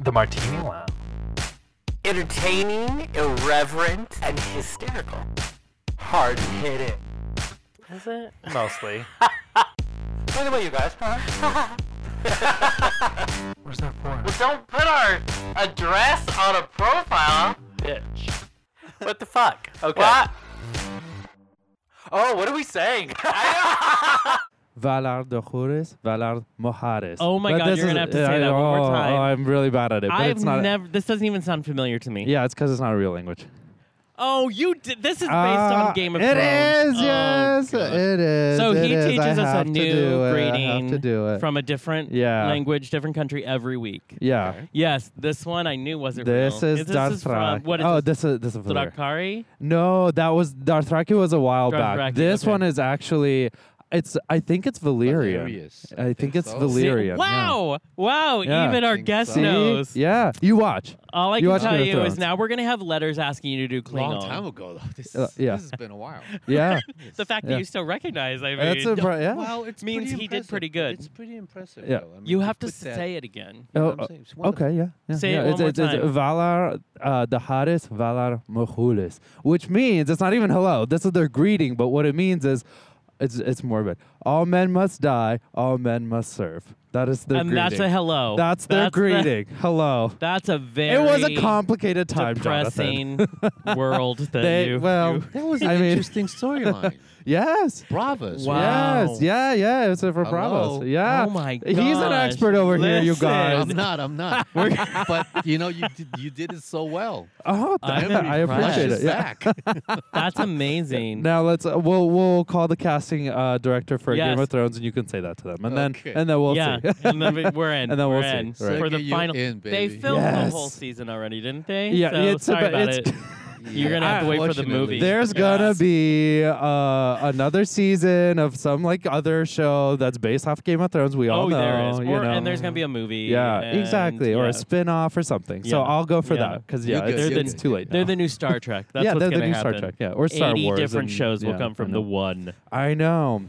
The Martini Lounge. Entertaining, irreverent, and hysterical. Hard hitting. Is it? Mostly. What about you guys, huh? Where's that for? well, don't put our address on a profile. Bitch. What the fuck? Okay. What? Oh, what are we saying? Valar de Jures, Valar Mojares. Oh my God, this you're gonna have is- to say I- that one more oh, time. oh, I'm really bad at it, but I've it's not. never. This doesn't even sound familiar to me. yeah, it's because it's not a real language. Oh, you. Did, this is based Ah, on Game of Thrones. It is, Oh, yes, God. it is. So it he is. I teaches us have a to new do it, I have grading to do it. from a different Yeah. language, different country every week. yeah. Yes, this one I knew wasn't This real. is this is from Darthrak. what is oh, this? this is this is familiar. Drakari? No, that was Darthraki was a while Dothraki, back. This okay. one is actually, it's I think it's Valyrian. I think it's so. See- Valyrian. Wow, wow! Yeah. Even our Think guest Yeah. See? knows. Yeah, you watch. All I You can watch tell Game of you is Thrones. now we're gonna have letters asking you to do Klingon. Long time ago, though. This, Uh, is- yeah. this has been a while. Yeah, The fact that Yeah. you still recognize, I mean, that's a pro- yeah. Well, it means he did pretty good. It's pretty impressive. Yeah. though. I mean, you have to put that- say it again. you know Oh, what I'm uh, saying? It's wonderful. Okay, yeah. yeah Say yeah. it one it's, more it's, time. It's Valar uh, the Haris Valar Mohulis, which means it's not even hello. This is their greeting, but what it means is it's it's morbid. All men must die, all men must serve. That is their and greeting. that's a hello. That's their That's the- greeting. hello. that's a very It was a complicated time, Jonathan. depressing world that They, you. well, you- That was an I mean- interesting storyline. yes. Bravos. Wow. Yes, yeah, yeah. It's for Bravos. Hello. Yeah. Oh my He's an gosh. expert over here, you Listen. guys. I'm not. I'm not. but you know, you did, you did it so well. Oh, I'm th- I appreciate it. impressed. Yeah. that's amazing. Now let's uh, we'll we'll call the casting uh, director for Yes. Game of Thrones, and you can say that to them, and Okay. then and then we'll yeah, see. and then we- we're in. And then we're we'll see. in Right. for Suck it, the you final. in, they baby. filmed the whole Yes. season already, didn't they? Yeah, so it's sorry about- about it's- it. You're gonna have to wait for the movie. There's gonna be uh, another season of some like other show that's based off Game of Thrones. We all oh, know, there is, or, you know. and there's gonna be a movie. yeah, and- exactly, or yeah. a spin off or something. So Yeah. I'll go for Yeah. that because You yeah, good, it's, you it's good. too late. They're now. the new Star Trek. That's yeah, what's they're gonna the new happen. Star Trek. Yeah, or Star 80 Wars. different and- shows will yeah, come I from know. the one. I know.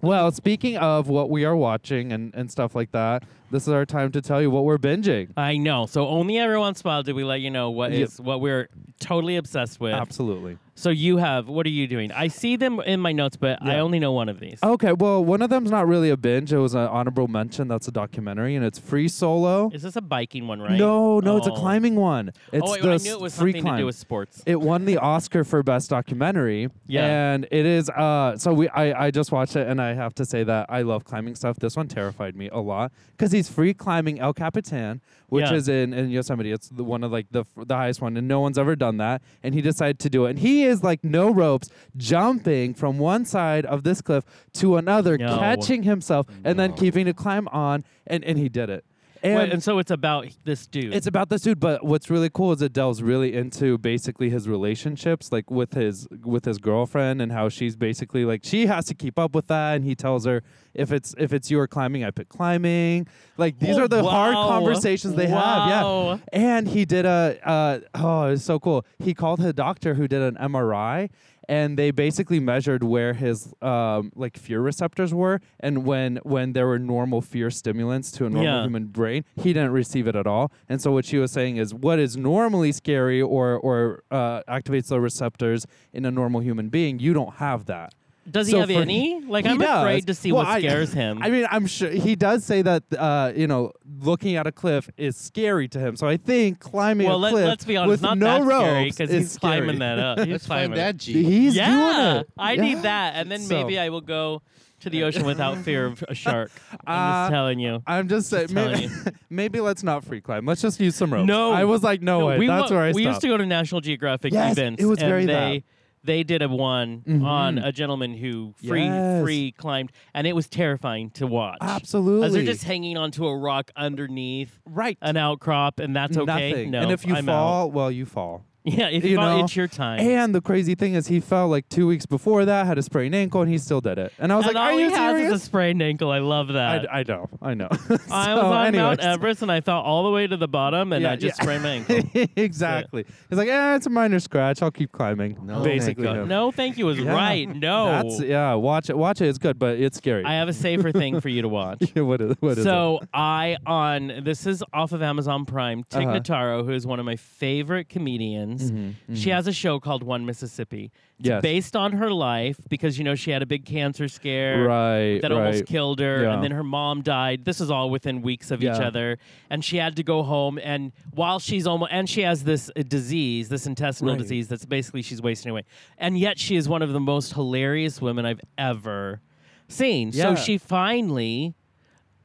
Well, speaking of what we are watching and, and stuff like that, this is our time to tell you what we're binging. I know. So only every once in a while do we let you know what is Yep. what we're totally obsessed with. Absolutely. So you have what are you doing? I see them in my notes, but I Yeah. Oh. only know one of these. Okay, well, one of them's not really a binge. It was an honorable mention. That's a documentary, and it's free solo. Is this a biking one, right? No, no, it's a Oh. climbing one. It's oh, wait, the I knew it was free something climb. to do with sports. it won the Oscar for best documentary. Yeah. and it is. Uh, so we, I, I just watched it, and I have to say that I love climbing stuff. This one terrified me a lot because he's free climbing El Capitan, which Yeah. is in, in Yosemite. It's the one of like the f- the highest one, and no one's ever done that. And he decided to do it, and he is like no ropes, jumping from one side of this cliff to another, No. catching himself, and then keeping to climb on, and and he did it. And, Wait, and so it's about this dude. it's about this dude, but what's really cool is it delves really into basically his relationships, like with his with his girlfriend and how she's basically like she has to keep up with that, and he tells her if it's if it's you are climbing, I pick climbing. Like these Oh, are the hard wow. conversations they Wow. have. Yeah, Uh-huh. and he did a uh, oh, it's so cool. He called his doctor who did an MRI. And they basically measured where his um, like fear receptors were, and when when there were normal fear stimulants to a normal Yeah. human human brain. He didn't receive it at all. And so what she was saying is what is normally scary or or uh, activates the receptors in a normal human being, you don't have that. does he so have for- any? Like He I'm does. afraid to see Well, what I- scares him. I mean, I'm sure he does say that uh, you know looking at a cliff is scary to him. So I think climbing well, a let, cliff let's be honest, with not no that scary ropes because is he's scary. climbing that up. He's Let's climbing find it. that G. He's yeah, doing it. I Yeah. need that, and then So- maybe I will go to the ocean without fear of a shark. I'm Uh, just telling you. I'm just saying. telling Maybe, maybe let's not free climb. Let's just use some ropes. No. I was like, no, way. we That's wa- where I we used stopped. to go to National Geographic Yes, events. it was and very they, that. They did a one on a gentleman who free Yes. free climbed, and it was terrifying to watch. As they're Absolutely. just hanging onto a rock underneath right. an outcrop, and that's okay. Nothing. No, and if you I'm out. fall, well, you fall. Yeah, if You you know, it's your time. And the crazy thing is, he fell like two weeks before that, had a sprained ankle, and he still did it. And I was And like, all "Are he you has serious?" is a sprained ankle. I love that. I, I know, I know. I was Uh, So, on Mount anyways. Everest and I fell all the way to the bottom and oh, Yeah, I just yeah. sprained my ankle. exactly. He's like, "Yeah, it's a minor scratch. I'll keep climbing." No, thank basically. God. him. no, thank you is Yeah. right. No. That's yeah. Watch it. Watch it. It's good, but it's scary. I have a safer thing for you to watch. Yeah, what is what is so I on this is off of Amazon Prime. Tig Uh-huh. Mm-hmm, Notaro, who is one of my favorite comedians, she has a show called One Mississippi. It's Yes. based on her life because you know she had a big cancer it? scare. right? that right. almost killed her Yeah. and then her mom died this is all within weeks of each Yeah. other and she had to go home and while she's almost and she has this uh, disease this intestinal Right. disease that's basically she's wasting away and yet she is one of the most hilarious women i've ever seen Yeah. so she finally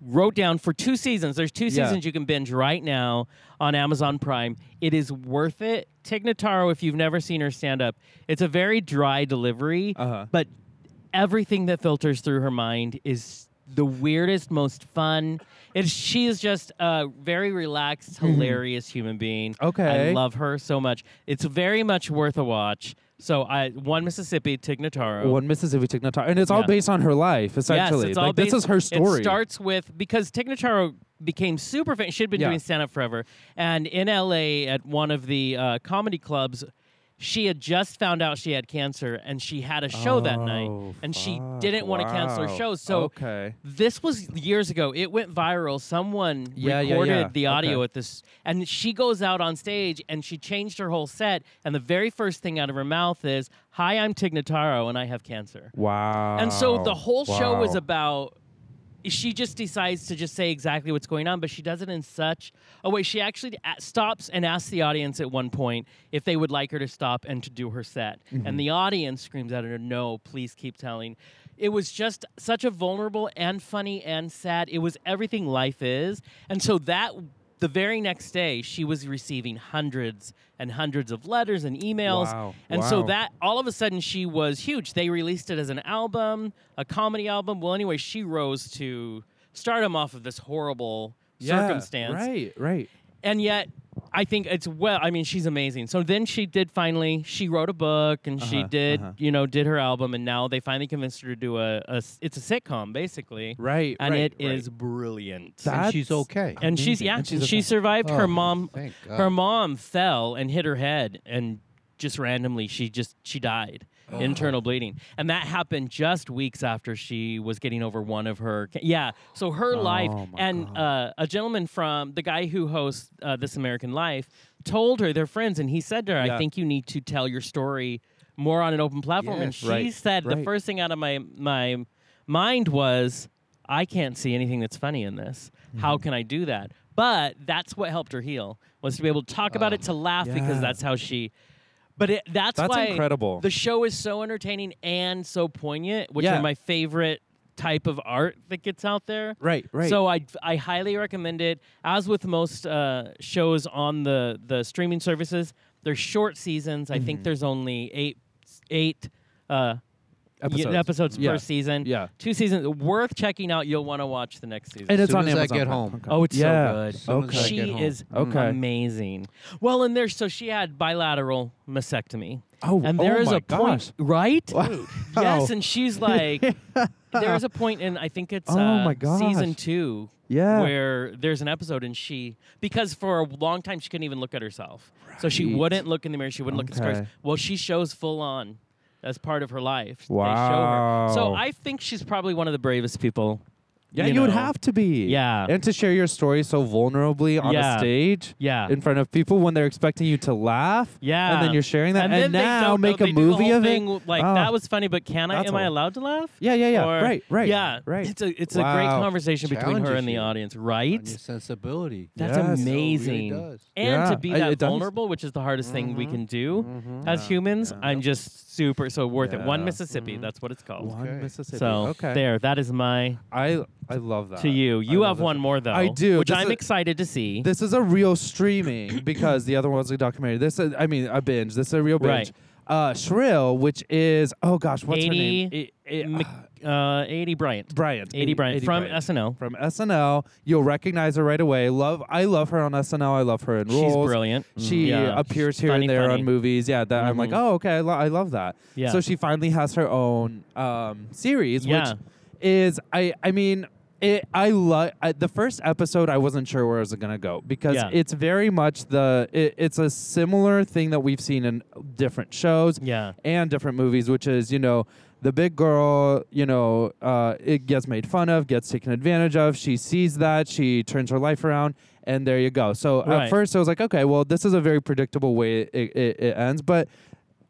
wrote down for two seasons there's two Yeah. seasons you can binge right now on amazon prime it is worth it tignataro if you've never seen her stand up it's a very dry delivery Uh-huh. but everything that filters through her mind is the weirdest, most fun. It's she is just a very relaxed, hilarious human being. Mm-hmm. Okay. I love her so much. It's very much worth a watch. So I one Mississippi Tignataro. One Mississippi Tick Notaro, and it's all Yeah. based on her life, essentially. Yes, it's all like based- this is her story. It starts with because Tignataro became super famous. She'd been Yeah. doing stand up forever, and in L.A. at one of the uh, comedy clubs. She had just found out she had cancer and she had a show that Oh, night and she fuck, didn't want to cancel her wow. show. So okay, this was years ago. It went viral. Someone Yeah, yeah, recorded yeah. the audio Okay. at this, and she goes out on stage and she changed her whole set. And the very first thing out of her mouth is, "Hi, I'm Tignataro, and I have cancer." wow. And so the whole show was Wow. about. She just decides to just say exactly what's going on, but she does it in such a way. She actually a- stops and asks the audience at one point if they would like her to stop and to do her set. Mm-hmm. And the audience screams at her, No, please keep telling. It was just such a vulnerable and funny and sad. It was everything life is. And so that. The very next day, she was receiving hundreds and hundreds of letters and emails. Wow. And so Wow. that that all of a sudden she was huge. They released it as an album, a comedy album. Well, anyway, she rose to stardom off of this horrible Yeah, circumstance. Right, right. And yet, I think it's well, I mean, she's amazing. So then she did finally, she wrote a book and she Uh-huh, did, uh-huh. you know, did her album. And now they finally convinced her to do a, a s- it's a sitcom basically. Right, And right, it is right. brilliant. And she's That's okay. and she's, amazing. yeah, And she's okay. she survived Oh, her mom. thank God. Her mom fell and hit her head and just randomly she just she died Oh. internal bleeding and that happened just weeks after she was getting over one of her ca- yeah so her life Oh, my and God. uh, a gentleman from the guy who hosts uh, this american life told her they're friends and he said to her Yeah. i think you need to tell your story more on an open platform and Yes, she right, said the right. first thing out of my my mind was I can't see anything that's funny in this. Mm-hmm. How can I do that? But that's what helped her heal was to be able to talk about it to laugh Oh, yeah. because that's how she. But it, that's, That's why incredible. The show is so entertaining and so poignant, which Yeah. are my favorite type of art that gets out there. Right, right. So I I highly recommend it. As with most uh, shows on the the streaming services, they're short seasons. I Mm-hmm. think there's only eight eight. Uh, y- Episodes. Yeah. per season. Yeah. Two seasons. Worth checking out. You'll want to watch the next season. And it's Soon on as I Amazon. get Prime. home. Okay. Oh, it's Yeah. so good. Soon as I She get home. is Okay. amazing. Well, and there's so she had bilateral mastectomy. Oh, and oh there is my a point, right? Oh, Yes, and she's like, there is a point in I think it's Oh uh, my gosh. season two, Yeah. where there's an episode and she because for a long time she couldn't even look at herself, so she Right. wouldn't look in the mirror, she wouldn't look at Okay. scars. Well, she shows full on as part of her life. They show her. Wow. So I think she's probably one of the bravest people. Yeah, you, would know. have to be. Yeah. And to share your story so vulnerably on Yeah. a stage. Yeah. In front of people when they're expecting you to laugh. Yeah. And then you're sharing that. And, then they now don't make know- a they do the movie whole of thing, it. Like Oh. that was funny, but can I? That's Am a- I allowed to laugh? Yeah, yeah, yeah. Or- right, right. Yeah. Right. It's a it's a great Wow. conversation between her Challenges and the you. audience, On right? your sensibility. That's Yes. Oh, It really amazing. does. And Yeah. to be I- that it does. Mm-hmm. vulnerable, which is the hardest thing we can do as humans, I'm just super so worth it. One Yeah. Mm-hmm. Mississippi, that's what it's called. One Okay. Mississippi. So okay. there, that is my I I love that. to you. I You love have that. one more though. I do. which This I'm is- excited to see. This is a real streaming because the other one was a documentary. This is, I mean, a binge. This is a real binge. Right. uh, Shrill, which is oh gosh, what's her name? 80 I- I- Mc- uh, uh, 80 Bryant. Bryant. 80 Bryant from SNL. From SNL, you'll recognize her right away. Love, I love her on SNL. I love her in She's Rules. brilliant. Mm, Mm-hmm. She Yeah. appears She's here funny, and there funny. Mm-hmm. on movies. Yeah, that I'm like, oh, okay, I, lo- I love that. Yeah. So she finally has her own um, series, Yeah. which is I I mean. It, I love the first episode. I wasn't sure where it was gonna go because Yeah. it's very much the it, it's a similar thing that we've seen in different shows Yeah. and different movies, which is you know the big girl, you know, uh, it gets made fun of, gets taken advantage of. She sees that, she turns her life around, and there you go. So Right. at first, I was like, okay, well, this is a very predictable way it, it, it ends, but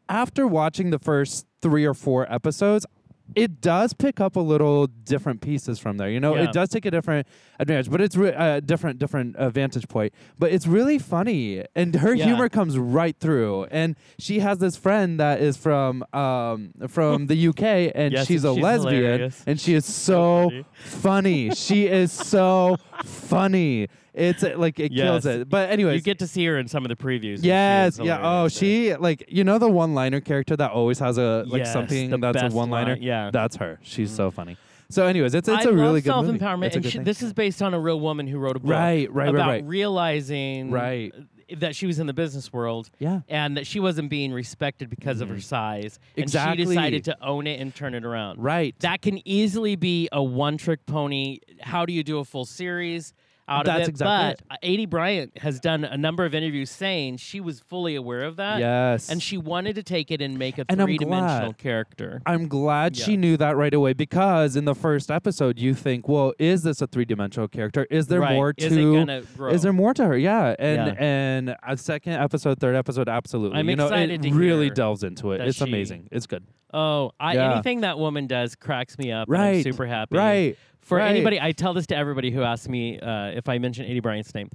after watching the first three or four episodes. It does pick up a little different pieces from there, you know. Yeah. It does take a different advantage, but it's re- uh, different, different uh, vantage point. But it's really funny, and her Yeah. humor comes right through. And she has this friend that is from um, from the UK, and Yes, she's a and she's lesbian, hilarious. and she is so funny. funny. she is so funny. It's uh, like it kills Yes. it. But anyways, You get to see her in some of the previews. and she yes, is yeah. Oh, hilarious. she like you know the one liner character that always has a like Yes, something the that's a best one liner. line, yeah. Mm-hmm. that's her. She's so funny. So, anyways, it's it's I a really love good movie. self-empowerment, It's a and good she, thing. this is based on a real woman who wrote a book Right, right, right, about right. realizing Right. that she was in the business world, Yeah. Mm-hmm. and that she wasn't being respected because of her size, Exactly. and she decided to own it and turn it around. right. That can easily be a one-trick pony. How do you do a full series? Out of That's it? exactly it. but uh, Adie Bryant has done a number of interviews saying she was fully aware of that, yes, and she wanted to take it and make a And I'm three-dimensional glad. character. I'm glad she Yeah. knew that right away because in the first episode you think, well, is this a three dimensional character? Is there Right. more Is it to? gonna grow? Is there more to her? Yeah, and Yeah. and a second episode, third episode, absolutely. I'm you know, excited it to really hear delves into it. that It's she- amazing. It's good. Oh, I, Yeah. anything that woman does cracks me up. and I'm Right, super happy. right, For right. anybody, I tell this to everybody who asks me uh, if I mention Eddie Bryant's name.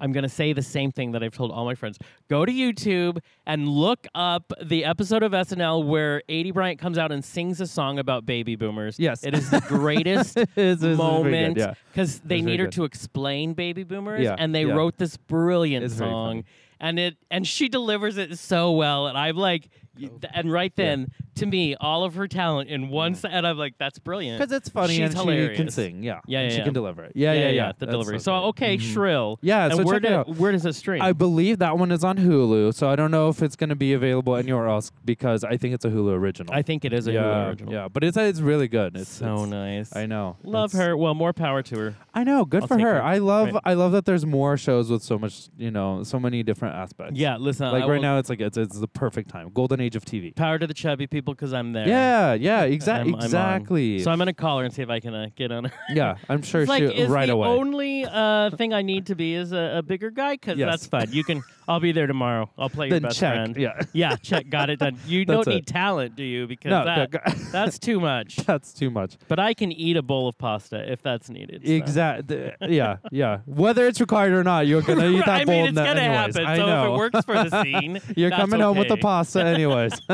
I'm going to say the same thing that I've told all my friends. Go to YouTube and look up the episode of SNL where Eddie Bryant comes out and sings a song about baby boomers. Yes. It is the greatest is very good, moment yeah. because they It's very need her good. to explain baby boomers Yeah, and they yeah. wrote this brilliant It's very funny. song and it and she delivers it so well and i'm like y- Oh, th- and right then to me all of her talent in one se- and i'm like that's brilliant Because Mm-hmm. it's funny She's and she can hilarious. sing. Yeah, Yeah, And yeah, she yeah. can deliver it. Yeah, yeah, yeah. the That's delivery so great. okay shrill Yeah, and so where, check it do- out. where does it stream I believe that one is on Hulu, so I don't know if it's going to be available anywhere else because I think it's a Hulu original. I think it is a yeah, Hulu original yeah, but it's it's really good. It's so it's- nice I know. love It's- her well more power to her I know. Good I'll for take her. her. I love. Right. I love that there's more shows with so much. You know, so many different aspects. yeah listen Like I right will- now, it's like it's it's the perfect time. Golden age of TV. power to the chubby people because i'm there Yeah. Yeah. I'm- I'm Exactly. on. exactly. so i'm gonna call her and see if i can uh, get on her yeah. I'm sure It's like, she is right the away. only uh, thing I need to be is a, a bigger guy? Because Yes. that's fine. You can. I'll be there tomorrow. I'll play your Then best check. friend. Yeah. yeah, check. Got it done. You That's don't need it. talent, do you? Because No, that that, guy- that's too much. That's too much. But I can eat a bowl of pasta if that's needed. so. Exactly. yeah. Yeah. Whether it's required or not, you're gonna eat that I bowl. mean, it's na- gonna anyways. happen. I so know. if it works for the scene, You're that's coming home with the okay. pasta, anyways.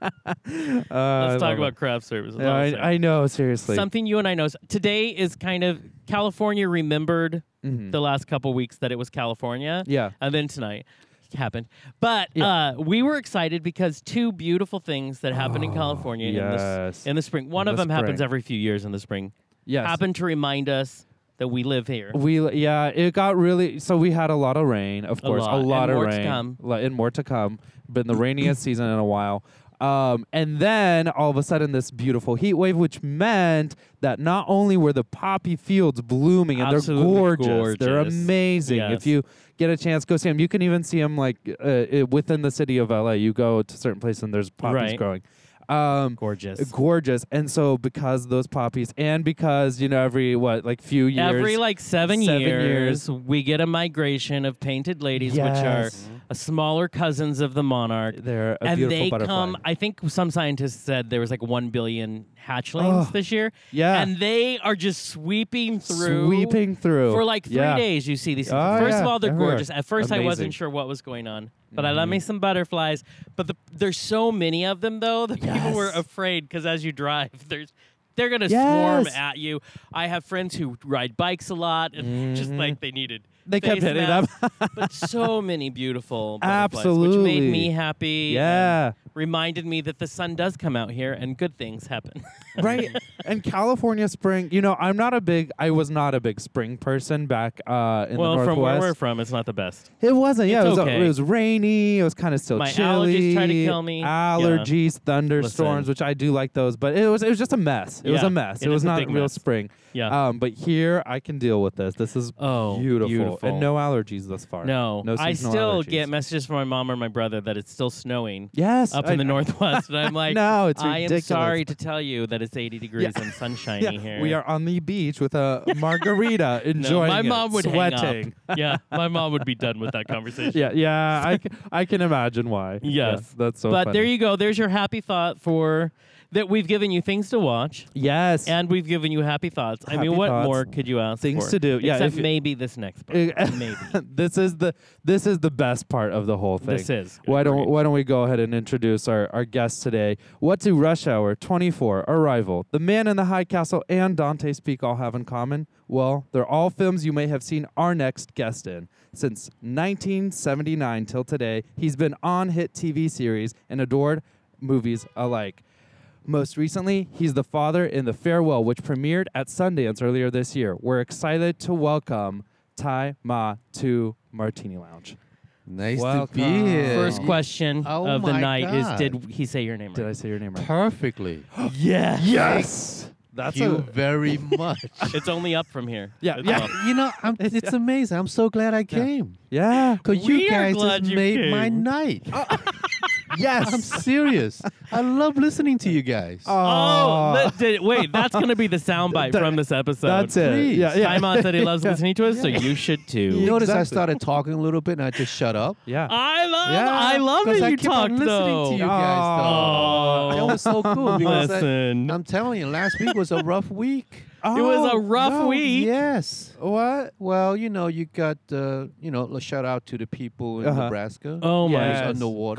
Uh, I Let's love talk it. about craft services. Yeah, honestly. I, I know. Seriously. Something you and I know. Today is kind of California remembered Mhm. the last couple weeks that it was California. Yeah. And then tonight happened. But Yeah. uh, we were excited because two beautiful things that happened in California in, the, Oh, yes. s- in the spring. One In of the them happens spring. every few years in the spring. Yes. Happened to remind us that we live here. We yeah, it got really so we had a lot of rain, of course, lot, a and lot of more to rain, come. Lo- and more to come. Been the rainiest season in a while. Um, and then all of a sudden, this beautiful heat wave, which meant that not only were the poppy fields blooming and Absolutely they're gorgeous, they're gorgeous. amazing. Yes. If you get a chance, go see them. You can even see them like uh, uh, within the city of LA. You go to certain place and there's poppies Right. growing. Um, Gorgeous. gorgeous. And so because those poppies, and because you know every what like few years, Every like seven, Seven years, we get a migration of painted ladies, which are Yes. uh, smaller cousins of the monarch. They're a and beautiful they butterfly. come. I think some scientists said there was like one billion hatchlings Oh, this year. yeah. and they are just sweeping through, sweeping through for like three Yeah. days. You see these. Things. Oh, first yeah, of all, they're everywhere. gorgeous. At first, I Amazing. wasn't sure what was going on, but I love me some butterflies. But the, there's so many of them though that people were Yes. afraid because as you drive, there's they're gonna swarm Yes. at you. I have friends who ride bikes a lot, and just like they needed. Mm-hmm. They kept face hitting masks. them. but so many beautiful butterflies, which made Absolutely. me happy. Yeah. and reminded me that the sun does come out here and good things happen. right and california spring you know i'm not a big i was not a big spring person back uh in well, the northwest from where we're from, it's not the best. it wasn't yeah It's it, was, uh, okay. it was rainy it was kind of still My allergies chilly tried to kill me. allergies thunderstorms Listen. which i do like those but it was it was just a mess it was Yeah, a mess it it, is was a not big real mess. spring Yeah. um but here i can deal with this this is Oh, beautiful. beautiful. and no allergies thus far No, no I seasonal still allergies. get messages from my mom or my brother that it's still snowing. yes Up in I- the northwest, and I'm like, No, it's I am ridiculous. sorry to tell you that it's 80 degrees and sunshiny yeah, here. we are on the beach with a margarita No, enjoying my it, mom would hang up. sweating Yeah, my mom would be done with that conversation. Yeah, yeah, I, c- I can imagine why. Yeah, Yes. that's so. but funny. there you go. There's your happy thought for that. We've given you things to watch, yes, and we've given you happy thoughts. I mean, Happy what thoughts. more could you ask? Things for? to do. Yeah, except if you- maybe this next book. Uh, maybe. this is the this is the best part of the whole thing. This is. Why don't Agreed. Why don't we go ahead and introduce our our guests today? What do Rush Hour, Twenty Four, Arrival, The Man in the High Castle, and Dante Speak all have in common? Well, they're all films you may have seen our next guest in. Since 1979 till today, he's been on hit TV series and adored movies alike. Most recently, he's the father in The Farewell, which premiered at Sundance earlier this year. We're excited to welcome Tai Ma to Martini Lounge. Nice Welcome. to be here. First You- question Oh of the my night God. is: Did he say your name? Did I right? say your name right? Perfectly. Yes. Yes. That's Thank you a very much. It's only up from here. Yeah, It's yeah. up. you know, I'm, it's amazing. I'm so glad I came. yeah. We Because you are guys glad just you made my came. night. I'm Uh, Yes. serious. I love listening to you guys. Oh, that- did- wait, that's going to be the soundbite That- from this episode. that's it. Please. Yeah, yeah. Simon said he loves listening to us, so you should too. you notice I exactly. started talking a little bit and I just shut up. yeah. I love, Yeah, I love 'cause that I you keep on talked listening though. to you Uh-huh. guys. Oh. Though. That was so cool because I, Listen. am telling you, last week was a rough week. it was a Oh, rough No, week. Yes. What? Well, you know, you got uh, you know, a shout out to the people in Uh-huh. Nebraska. Oh my Yes. underwater.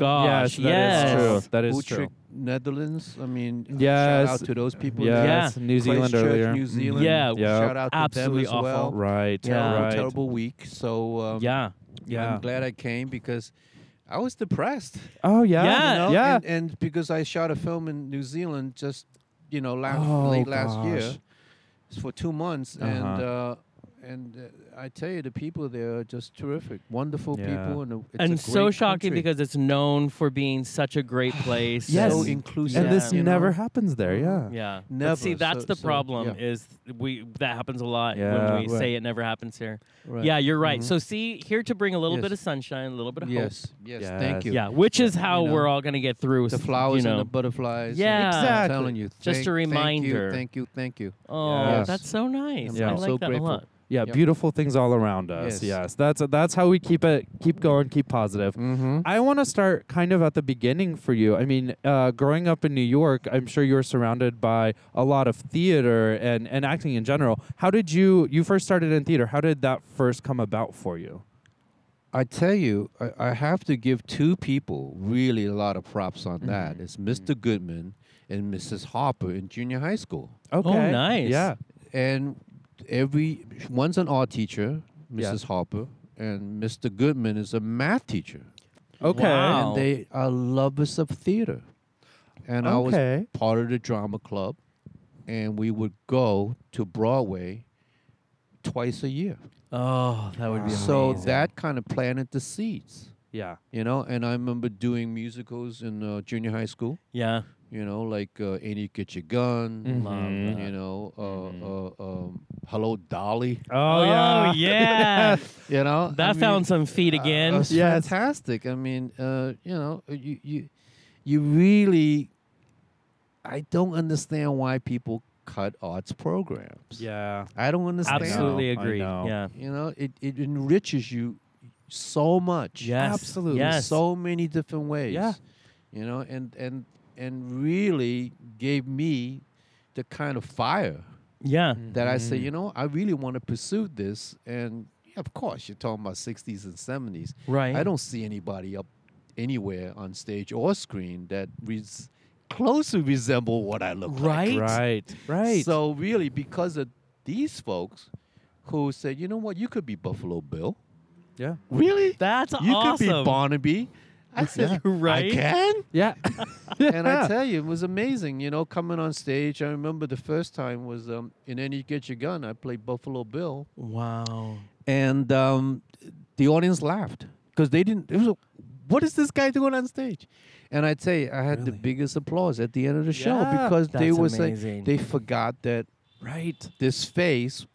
yes, gosh! that is yes. true. That is true. Utrecht, Netherlands. I mean, Yes. shout out to those people. there. Yes. New Zealand Christchurch, earlier. New Mhm. Zealand. Yeah, Shout out to absolutely them as awful. well. Right. Yeah. Terrible, Right. terrible week. So um, Yeah. Yeah. I'm glad I came because I was depressed. Oh yeah. Yeah. you know, Yeah. And, and because I shot a film in New Zealand just you know last Oh, late last year gosh. for two months, and Uh-huh. uh, and uh, I tell you the people there are just terrific, wonderful Yeah. people, and a, it's a and so great shocking country. because it's known for being such a great place. Yes. so and- inclusive. And Yeah. this you know? never happens there. Yeah. yeah. But Never, see, that's so- the so, problem. yeah. Is we that happens a lot Yeah. when we Right. say it never happens here. Right. Mm-hmm. Yeah, you're right. So see, here to bring a little Yes. bit of sunshine, a little bit of Yes. Yes. Thank Yes. you. hope. Yeah, which is how know, we're all gonna get through. The s- you flowers know. and the butterflies. Yeah. I'm Exactly. telling you. Just a thank- thank you, reminder. Thank you. Thank you. Oh, Yes. that's so nice. Yeah. I I'm like so that grateful. a lot. Yeah, Yep. beautiful things all around us. Yes, Yes. that's that's how we keep it keep going, keep positive. Mm-hmm. Mhm. I want to start kind of at the beginning for you. I mean, uh, growing up in New York, I'm sure you were surrounded by a lot of theater and and acting in general. How did you you first started in theater? How did that first come about for you? I tell you, I, I have to give two people really a lot of props Mm-hmm. on that. It's mister Goodman and Mrs. Harper in junior high school. Okay, Oh, nice. Yeah, And every one's an art teacher, Yeah. Mrs. Harper, and Mr. Goodman is a math teacher. okay, Wow. And they are lovers of theater. And I was Okay. part of the drama club, and we would go to Broadway twice a year. Oh, that would be So that kind of planted the seeds. yeah, you know and i remember doing musicals in uh, junior high school yeah. you know like uh, ain't you get your gun Mm-hmm. Love you that. Mm-hmm. know uh, uh, um, hello dolly oh, yeah, yeah. you know That found some feet again. it was Yes. Uh, fantastic i mean uh, you know uh, you, you you really i don't understand why people cut arts programs yeah. i don't understand Absolutely I know, I agree. know. Yeah. you know it, it enriches you so much Yes. Absolutely. in Yes. so many different ways. Yeah. You know, and and and really gave me the kind of fire yeah. that I say, you know, I really want to pursue this. And yeah, of course, you're talking about 60s and 70s. Right. I don't see anybody up anywhere on stage or screen that reads closely resemble what I look Right? like. Right. Right. So really, because of these folks who said, you know what, you could be Buffalo Bill. yeah. Really? That's you awesome. could be Barnaby. I said, Yeah. Right? I can. Yeah. and I tell you, it was amazing. You know, coming on stage. I remember the first time was um, in "Any Get Your Gun." I played Buffalo Bill, Wow. and um, the audience laughed because they didn't. It was, a, what is this guy doing on stage? And I tell you, I had the Really? biggest applause at the end of the show Yeah, because they that's were amazing. saying they forgot that right. this face.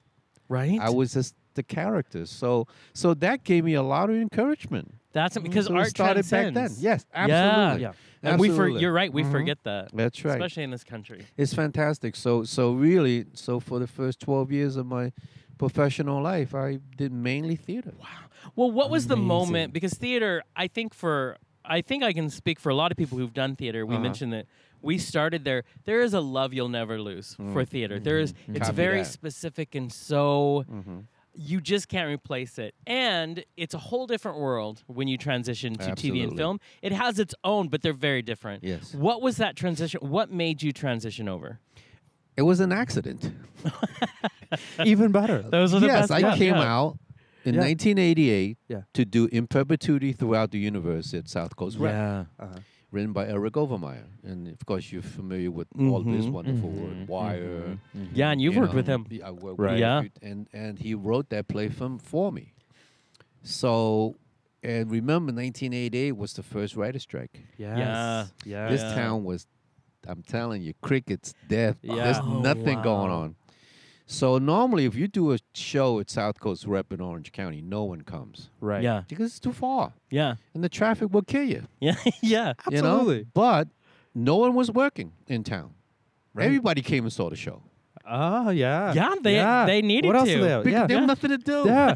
Right? I was just the character. So, so that gave me a lot of encouragement. That's because so it art started back transcends. then. Yes, Yeah. Mm-hmm. absolutely. Yeah. And we for, Absolutely. you're right. We forget that, That's right. especially in this country. It's fantastic. So so really, so for the first twelve years of my professional life, I did mainly theater. Wow. Well, what was the moment? Amazing. Because theater, I think for I think I can speak for a lot of people who've done theater. Uh-huh. We mentioned that we started there. There is a love you'll never lose for theater. There is- it's Mm. Mm-hmm. Copy very that. Mm-hmm. specific and so you just can't replace it. And it's a whole different world when you transition to TV and Absolutely. film. It has its own, but they're very different. Yes. What was that transition? What made you transition over? It was an accident. Even better. Those are the yes, best. I ones, came yeah. out in Yeah. 1988 Yeah. to do In Perpetuity Throughout the Universe at South Coast Rep, Uh-huh. written by Eric Overmeyer. And of course, you're familiar with all this Mhm. wonderful work, Wire. Yeah, and Mm-hmm. you've you worked know, with him. yeah, I worked Right. with Yeah. him, and and he wrote that play from for me. So, and remember, 1988 was the first writer strike. Yes. Yeah. Oh, Yeah. This Yeah. town was, I'm telling you, crickets, death. There's Yeah. Oh, nothing going wow. on. So normally, if you do a show at South Coast Rep in Orange County, no one comes Right. Yeah. because it's too far, Yeah. and the traffic will kill you. Yeah. yeah. You Absolutely. know? But no one was working in town. Right. Everybody came and saw the show. Oh yeah. Yeah, they- they needed what else to. Do they have? Because Yeah. there was nothing to do. yeah.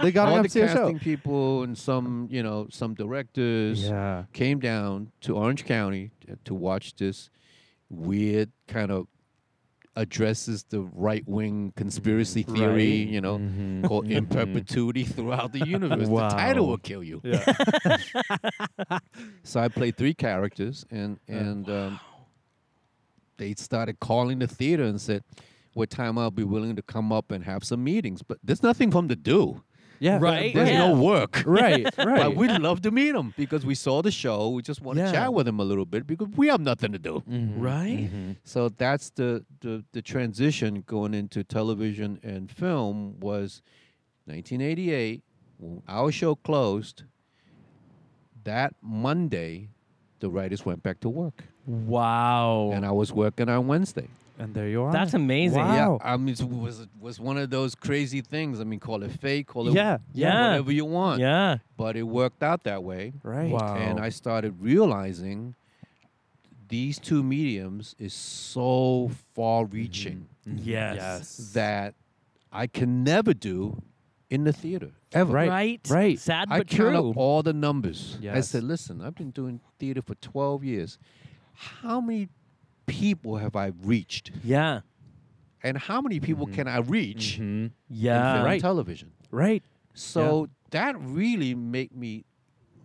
they got to all come the see a casting show. people and some, you know, some directors Yeah. came down to Orange County t- to watch this weird kind of addresses the right wing conspiracy theory, Mm-hmm. Right. Mm-hmm. you know, called in perpetuity throughout the universe. The title Wow. will kill you. Yeah. So I played three characters, and Uh, and um, they started calling the theater and said, "What time I'll be willing to come up and have some meetings?" But there's nothing for them to do. yeah. Right? There's no Yeah. work. Right. But Right. we'd love to meet them because we saw the show. We just want Yeah. to chat with them a little bit because we have nothing to do. Mm-hmm. Right. So that's the, the the transition going into television and film was 1988 when our show closed. That Monday, the writers went back to work, Oh. Wow. and I was working on Wednesday. and there you are. That's amazing. Wow. Yeah, I mean, it was was one of those crazy things. I mean, call it fate, call it Yeah, yeah. whatever you want. Yeah. But it worked out that way. Right. Wow. and I started realizing these two mediums is so far reaching Mm-hmm. Yes. Yes. that I can never do in the theater ever. Right. Right. Right. Sad I but count true. up all the numbers. I Yes. said, listen, I've been doing theater for 12 years. How many people have I reached? yeah. And how many people can I reach in Mhm. Yeah. film Right. and television? Right. So that really made me,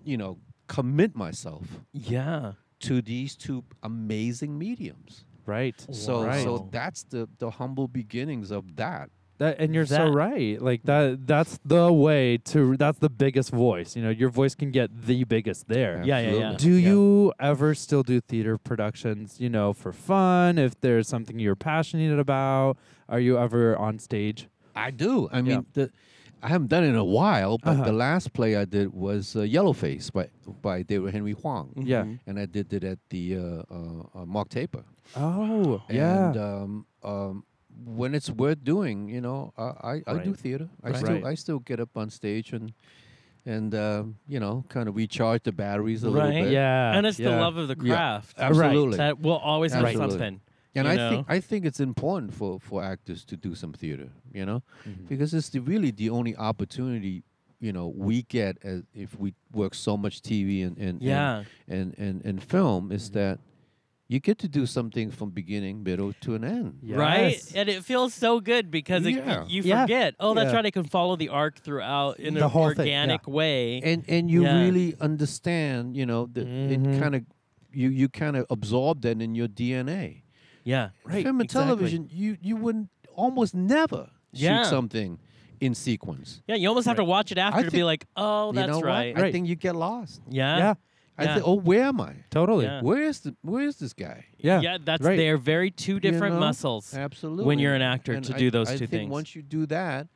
you know, commit myself Yeah. to these two amazing mediums. Right. So right. so that's the the humble beginnings of that. That, and you're so That- right. Like that. That's the way to. That's the biggest voice. You know, your voice can get the biggest there. Yeah, yeah, yeah. Absolutely. Do you ever still do theater productions? You know, for fun. If there's something you're passionate about, are you ever on stage? I do. I Yeah. mean, the, I haven't done it in a while, but Uh-huh. the last play I did was uh, Yellowface by by David Henry Huang. Mm-hmm. Yeah. And I did it at the uh, uh, uh, Mark Taper. Oh, yeah. And um, um, when it's worth doing, you know, I, I, I do Right. theater. I Right. still Right. I still get up on stage and and um, you know kind of recharge the batteries a Right. little bit. yeah. And it's the yeah. love of the Yeah, craft. Absolutely. That will always have Absolutely. something. And you I know? think I think it's important for, for actors to do some theater, you know, because it's the, really the only opportunity, you know, we get as if we work so much TV and and Yeah. and, and, and, and film is that you get to do something from beginning, middle to an end. Right, Yes. and it feels so good because it, Yeah. you Yeah. forget. Oh, that's Yeah. right. I can follow the arc throughout in The an whole thing, yeah. organic way. And and you Yeah. Mm-hmm. really understand, you know, the Mhm. it kind of you you kind of absorb that in your DNA. Yeah. Right. Film and exactly. television, you you wouldn't almost never Yeah. shoot something in sequence. Yeah, you almost have to watch it after to be think- like, oh, you that's know what? right. I Right. think you get lost. Yeah. yeah, I Yeah. think, oh, where am I? totally. Yeah. Where is the where is this guy? Yeah, that's right. they're very two different know? muscles. Absolutely. an actor, And to I- do those I two think things. Once you do that,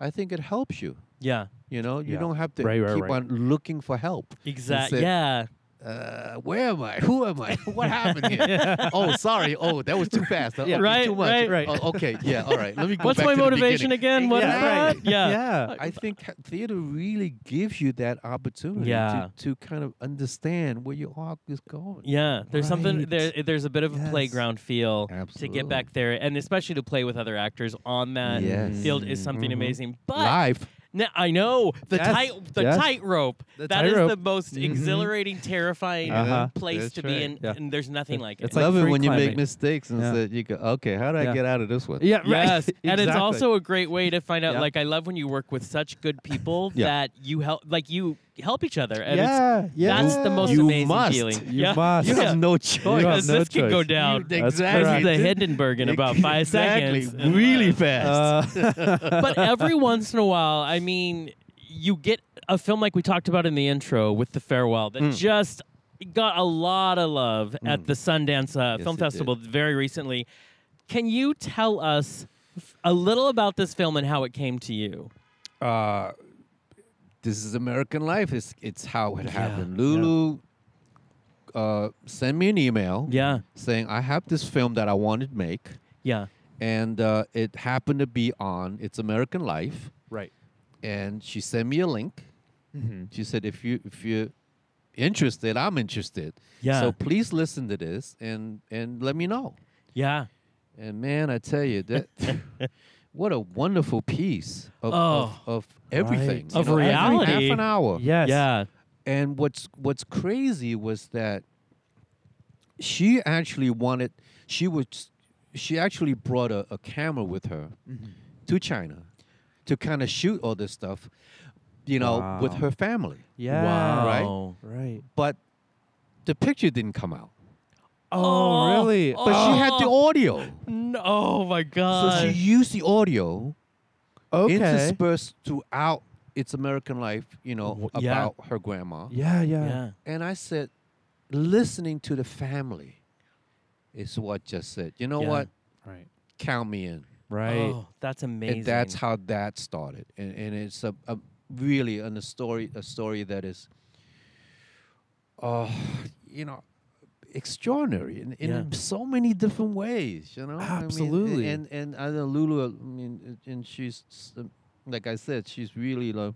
I think it helps you. Yeah. You know, you Yeah. don't have to Right, right, keep right. on looking for help. Exactly. it. Yeah. Uh, where am I? Who am I? What happened here? oh, sorry. Oh, that was too fast. Oh, Yeah. okay, Right, too much. right, right. Oh, okay. Yeah. All right. Let me go What's back my to the motivation beginning. again? What is Exactly. that? Yeah. yeah. I think ha- theater really gives you that opportunity Yeah. to, to kind of understand where your arc is going. Yeah, there's something Right. there. There's a bit of a Yes. playground feel to Absolutely. get back there, and especially to play with other actors on that Yes. field is something Mhm. amazing. But Live. now, I know the Yes. tight, the Yes. tightrope. The That is the tightrope. most Mhm. exhilarating, terrifying Uh-huh. place That's to right. be in, Yeah. and there's nothing like it. It's like Love it free when you climbing. make mistakes and Yeah. that you go, okay, how do I Yeah. get out of this one? Yeah, right. Yes, and it's Exactly. also a great way to find out. Yeah. Like, I love when you work with such good people Yeah. that you help, like you help each other, and it's, yeah, yeah. that's the most You amazing must. feeling. You yeah. must. You Yeah. have no choice. You have Because no this could go choice. down. You- That's This is correct. the Hindenburg in about five exactly. seconds. And- Really fast. Uh, but every once in a while, I mean, you get a film like we talked about in the intro with The Farewell that Hmm. just got a lot of love at the Sundance uh, Yes, Film it did. Festival very recently. Can you tell us a little about this film and how it came to you? uh, this is American life. It's it's how it happened. Lulu uh, sent me an email Yeah, saying I have this film that I wanted to make, yeah, and uh, it happened to be on It's American Life, right. and she sent me a link. Mm-hmm. Mhm. She said if you if you're interested, I'm interested. Yeah. So please listen to this and and let me know. yeah. And man, I tell you that what a wonderful piece of Oh. of, of everything Right. you Of know, every reality. Half an hour. Yes. Yeah. And what's what's crazy was that she actually wanted she was she actually brought a, a camera with her Mm-hmm. to China to kind of shoot all this stuff, you know, with Wow. her family. Yeah. Wow. Right. But the picture didn't come out. Oh, Oh, really? oh. But she had the audio. No, oh my So she God. used the audio okay. interspersed throughout its American life, you know, W- yeah. about her grandma. yeah, yeah. yeah. And I said, listening to the family is what just said. You know Yeah. what? Right. Count me in. Right. Oh, that's amazing. And that's how that started. And, and it's a, a really and a story a story that is uh, you know, extraordinary in, in Yeah. so many different ways, you know? I mean, Absolutely. and and I know Lulu I mean uh, and she's s- um, like I said, she's really like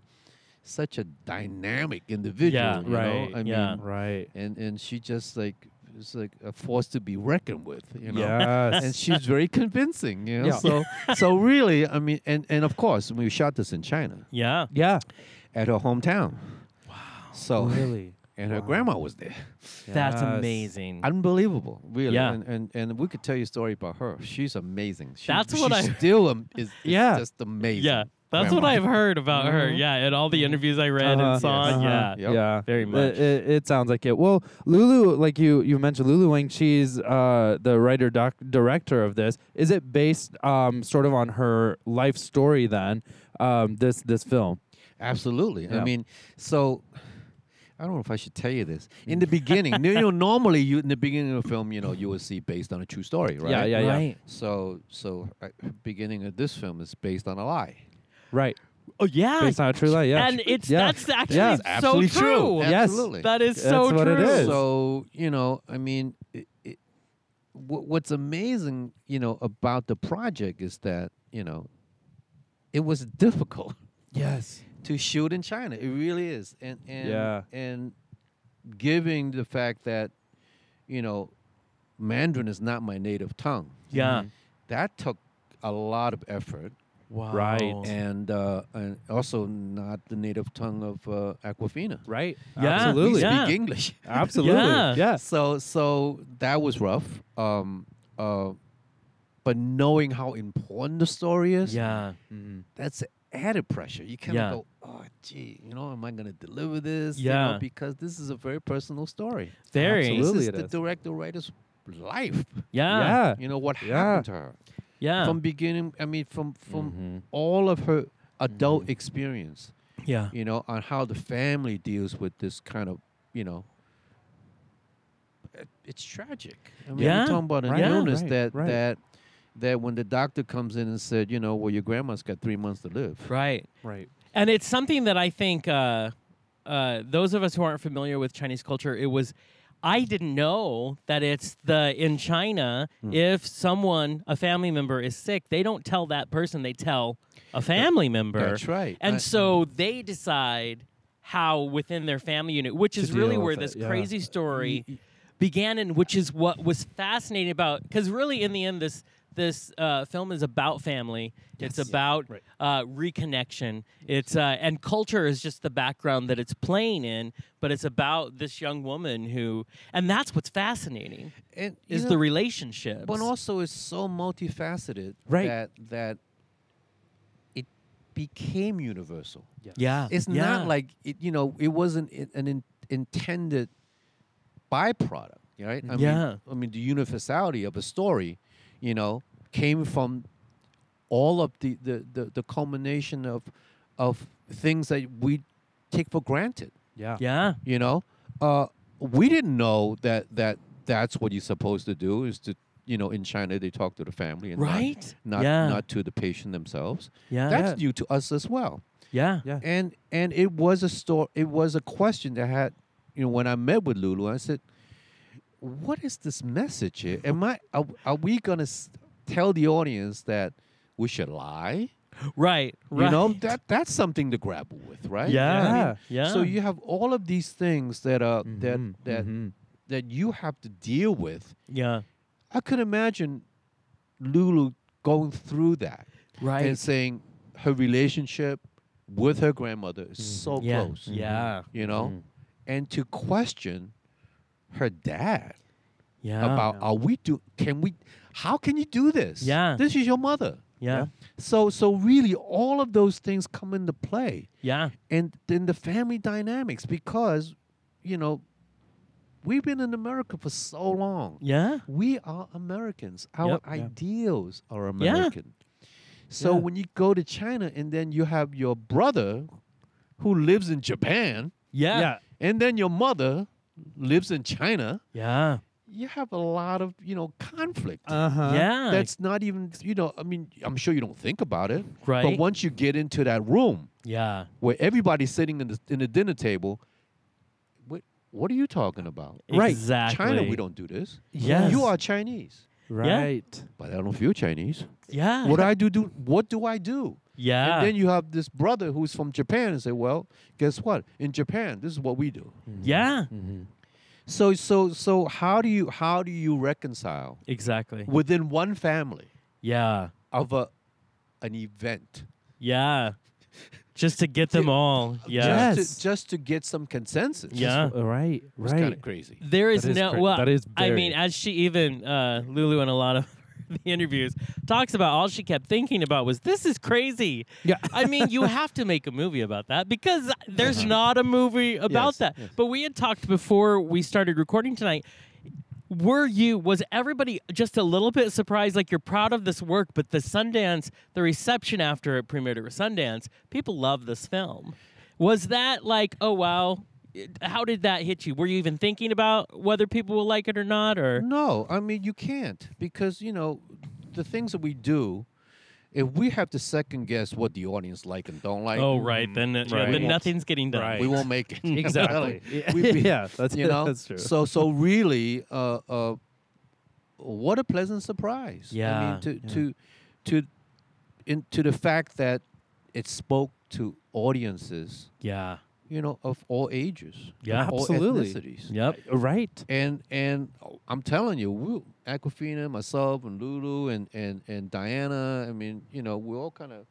such a dynamic individual, you right, know? I yeah. mean Right. and and she just like is like a force to be reckoned with, you know. Yes. And she's very convincing, you know. Yeah. So so really, I mean, and and of course, we shot this in China yeah. yeah. at her hometown. Wow. So Really. and her grandma was there. That's Yes. amazing. Unbelievable, really. Yeah. And, and and we could tell you a story about her. She's amazing. She, That's what she I- still am, is, is Yeah. just amazing. Yeah, that's what grandma. I've heard about her. Mhm. Yeah, and all the interviews I read Uh-huh. and saw. Yes. Yeah, Uh-huh. Yep. Yeah, Very It- much. It, it sounds like it. Well, Lulu, like you you mentioned, Lulu Wang, she's uh, the writer doc director of this. Is it based um, sort of on her life story then? Um, this this film. Absolutely. Yeah. I mean, so I don't know if I should tell you this. In the beginning, you know, normally you in the beginning of a film, you know, you will see based on a true story, right? Yeah, yeah, yeah. Right. So, so uh, beginning of this film is based on a lie. Right. Oh yeah. Based on a true life. Yeah. And it's yeah. that's actually Yeah. so Absolutely true. true. Yes. Absolutely. That is That's so what true. it is. So you know, I mean, it, it, wha- what's amazing, you know, about the project is that you know, it was difficult yes. to shoot in China. It really is, and and Yeah. and giving the fact that you know, Mandarin is not my native tongue. yeah. that took a lot of effort Wow. Right. and uh, and also not the native tongue of uh, Aquafina. Right. Yeah, Absolutely. yeah. Ah, Speak English. Absolutely. Yeah. Yes. So so that was rough. Um, uh, but knowing how important the story is, Yeah. that's added pressure. You kind of Yeah. go, oh, gee, you know, am I going to deliver this? You Yeah. know, because this is a very personal story. Very. This Absolutely is it the is. director writer's life. Yeah. yeah. You know what Yeah. happened to her Yeah. Mm-hmm. from beginning. I mean, from from Mm-hmm. all of her adult experience. yeah. You know, on how the family deals with this kind of, you know. it- It's tragic. I mean, Yeah. you're talking about an Right, illness right, that right. that that when the doctor comes in and said, you know, well, your grandma's got three months to live. Right. Right. And it's something that I think uh, uh, those of us who aren't familiar with Chinese culture, it was. I didn't know that it's the in China. Hmm. If someone, a family member, is sick, they don't tell that person. They tell a family member. That's right. And I- so they decide how within their family unit, which is deal really with where it, this yeah. crazy story began, and which is what was fascinating about. Because really, in the end, this this uh, film is about family. It's about uh, reconnection. It's uh, and culture is just the background that it's playing in, but it's about this young woman who, and that's what's fascinating and you is know, the relationships. But also, it's so multifaceted Right. that that it became universal. yeah, It's yeah. not like it, you know, it wasn't i- an in, intended byproduct, right? I Yeah. Mean, I mean, the universality of a story, you know, came from all of the the the, the culmination of of things that we take for granted. Yeah. yeah, You know, uh, we didn't know that that that's what you're supposed to do is to you know in China they talk to the family and not- Right? not Yeah. not to the patient themselves. Yeah. that's Yeah. new to us as well. yeah, Yeah. And and it was a store. It was a question that had you know when I met with Lulu, I said, "What is this message here? Am I are, are we gonna s- tell the audience that we should lie? right, right. You know that that's something to grapple with, right? Yeah. I mean, Yeah. yeah. Mm-hmm, so you have all of these things that are that Mhm, that mhm. that you have to deal with. yeah. I could imagine Lulu going through that and Right. saying her relationship with her grandmother is so Mm-hmm. Yeah. Mm-hmm. close. Yeah. You know? And to question her dad Oh, Yeah. about are we do can we how can you do this? Yeah. This is your mother. yeah. So so really all of those things come into play Yeah. and then the family dynamics because you know we've been in america for so long Yeah. we are americans our Yep. Yeah. ideals are american so Yeah. when you go to china and then you have your brother who lives in japan Yeah. Yeah. Yeah. and then your mother lives in china Yeah. you have a lot of you know conflict Uh huh. yeah. Uh-huh. that's not even you know i mean i'm sure you don't think about it Right. but once you get into that room yeah. where everybody's sitting in the in the dinner table. What what are you talking about? Right. Exactly. China, we don't do this. Yes. You are Chinese, Right. but I don't feel Chinese. Yeah. What I do do? What do I do? yeah. And then you have this brother who's from Japan and say, "Well, guess what? In Japan, this is what we do." yeah. Mm. So so so how do you how do you reconcile Exactly. within one family Yeah. of a an event? Yeah. Just to get them all. Yeah. Yes. Just to, just to get some consensus. Yeah. Uh, Right. It's kind Right. of crazy. There is, That is no. cra- well, that is I very- mean, as she even uh, Lulu in a lot of the interviews talks about, all she kept thinking about was, "This is crazy." Yeah. I mean, you have to make a movie about that because there's Uh-huh. not a movie about Yes, that. But we had talked before we started recording tonight. Were you, was everybody just a little bit surprised? Like, you're proud of this work, but the Sundance, the reception after it premiered at Sundance, people love this film. Was that like, oh, wow, it- how did that hit you? Were you even thinking about whether people will like it or not? Or, No, I mean you can't because you know the things that we do. If we have to second guess what the audience like and don't like, oh, right, then, it- Right. then nothing's getting done. Right. we won't make it. Exactly. Like, we- we- yeah. That's you know. That's true. So so really, uh, uh, what a pleasant surprise. I Yeah, mean, to yeah. to to in, to the fact that it spoke to audiences, Yeah. you know, of all ages, Yeah. all Absolutely. ethnicities. Yep. right. And and oh, I'm telling you, we, Aquafina, myself, and Lulu, and and and Diana. I mean, you know, we're all kind of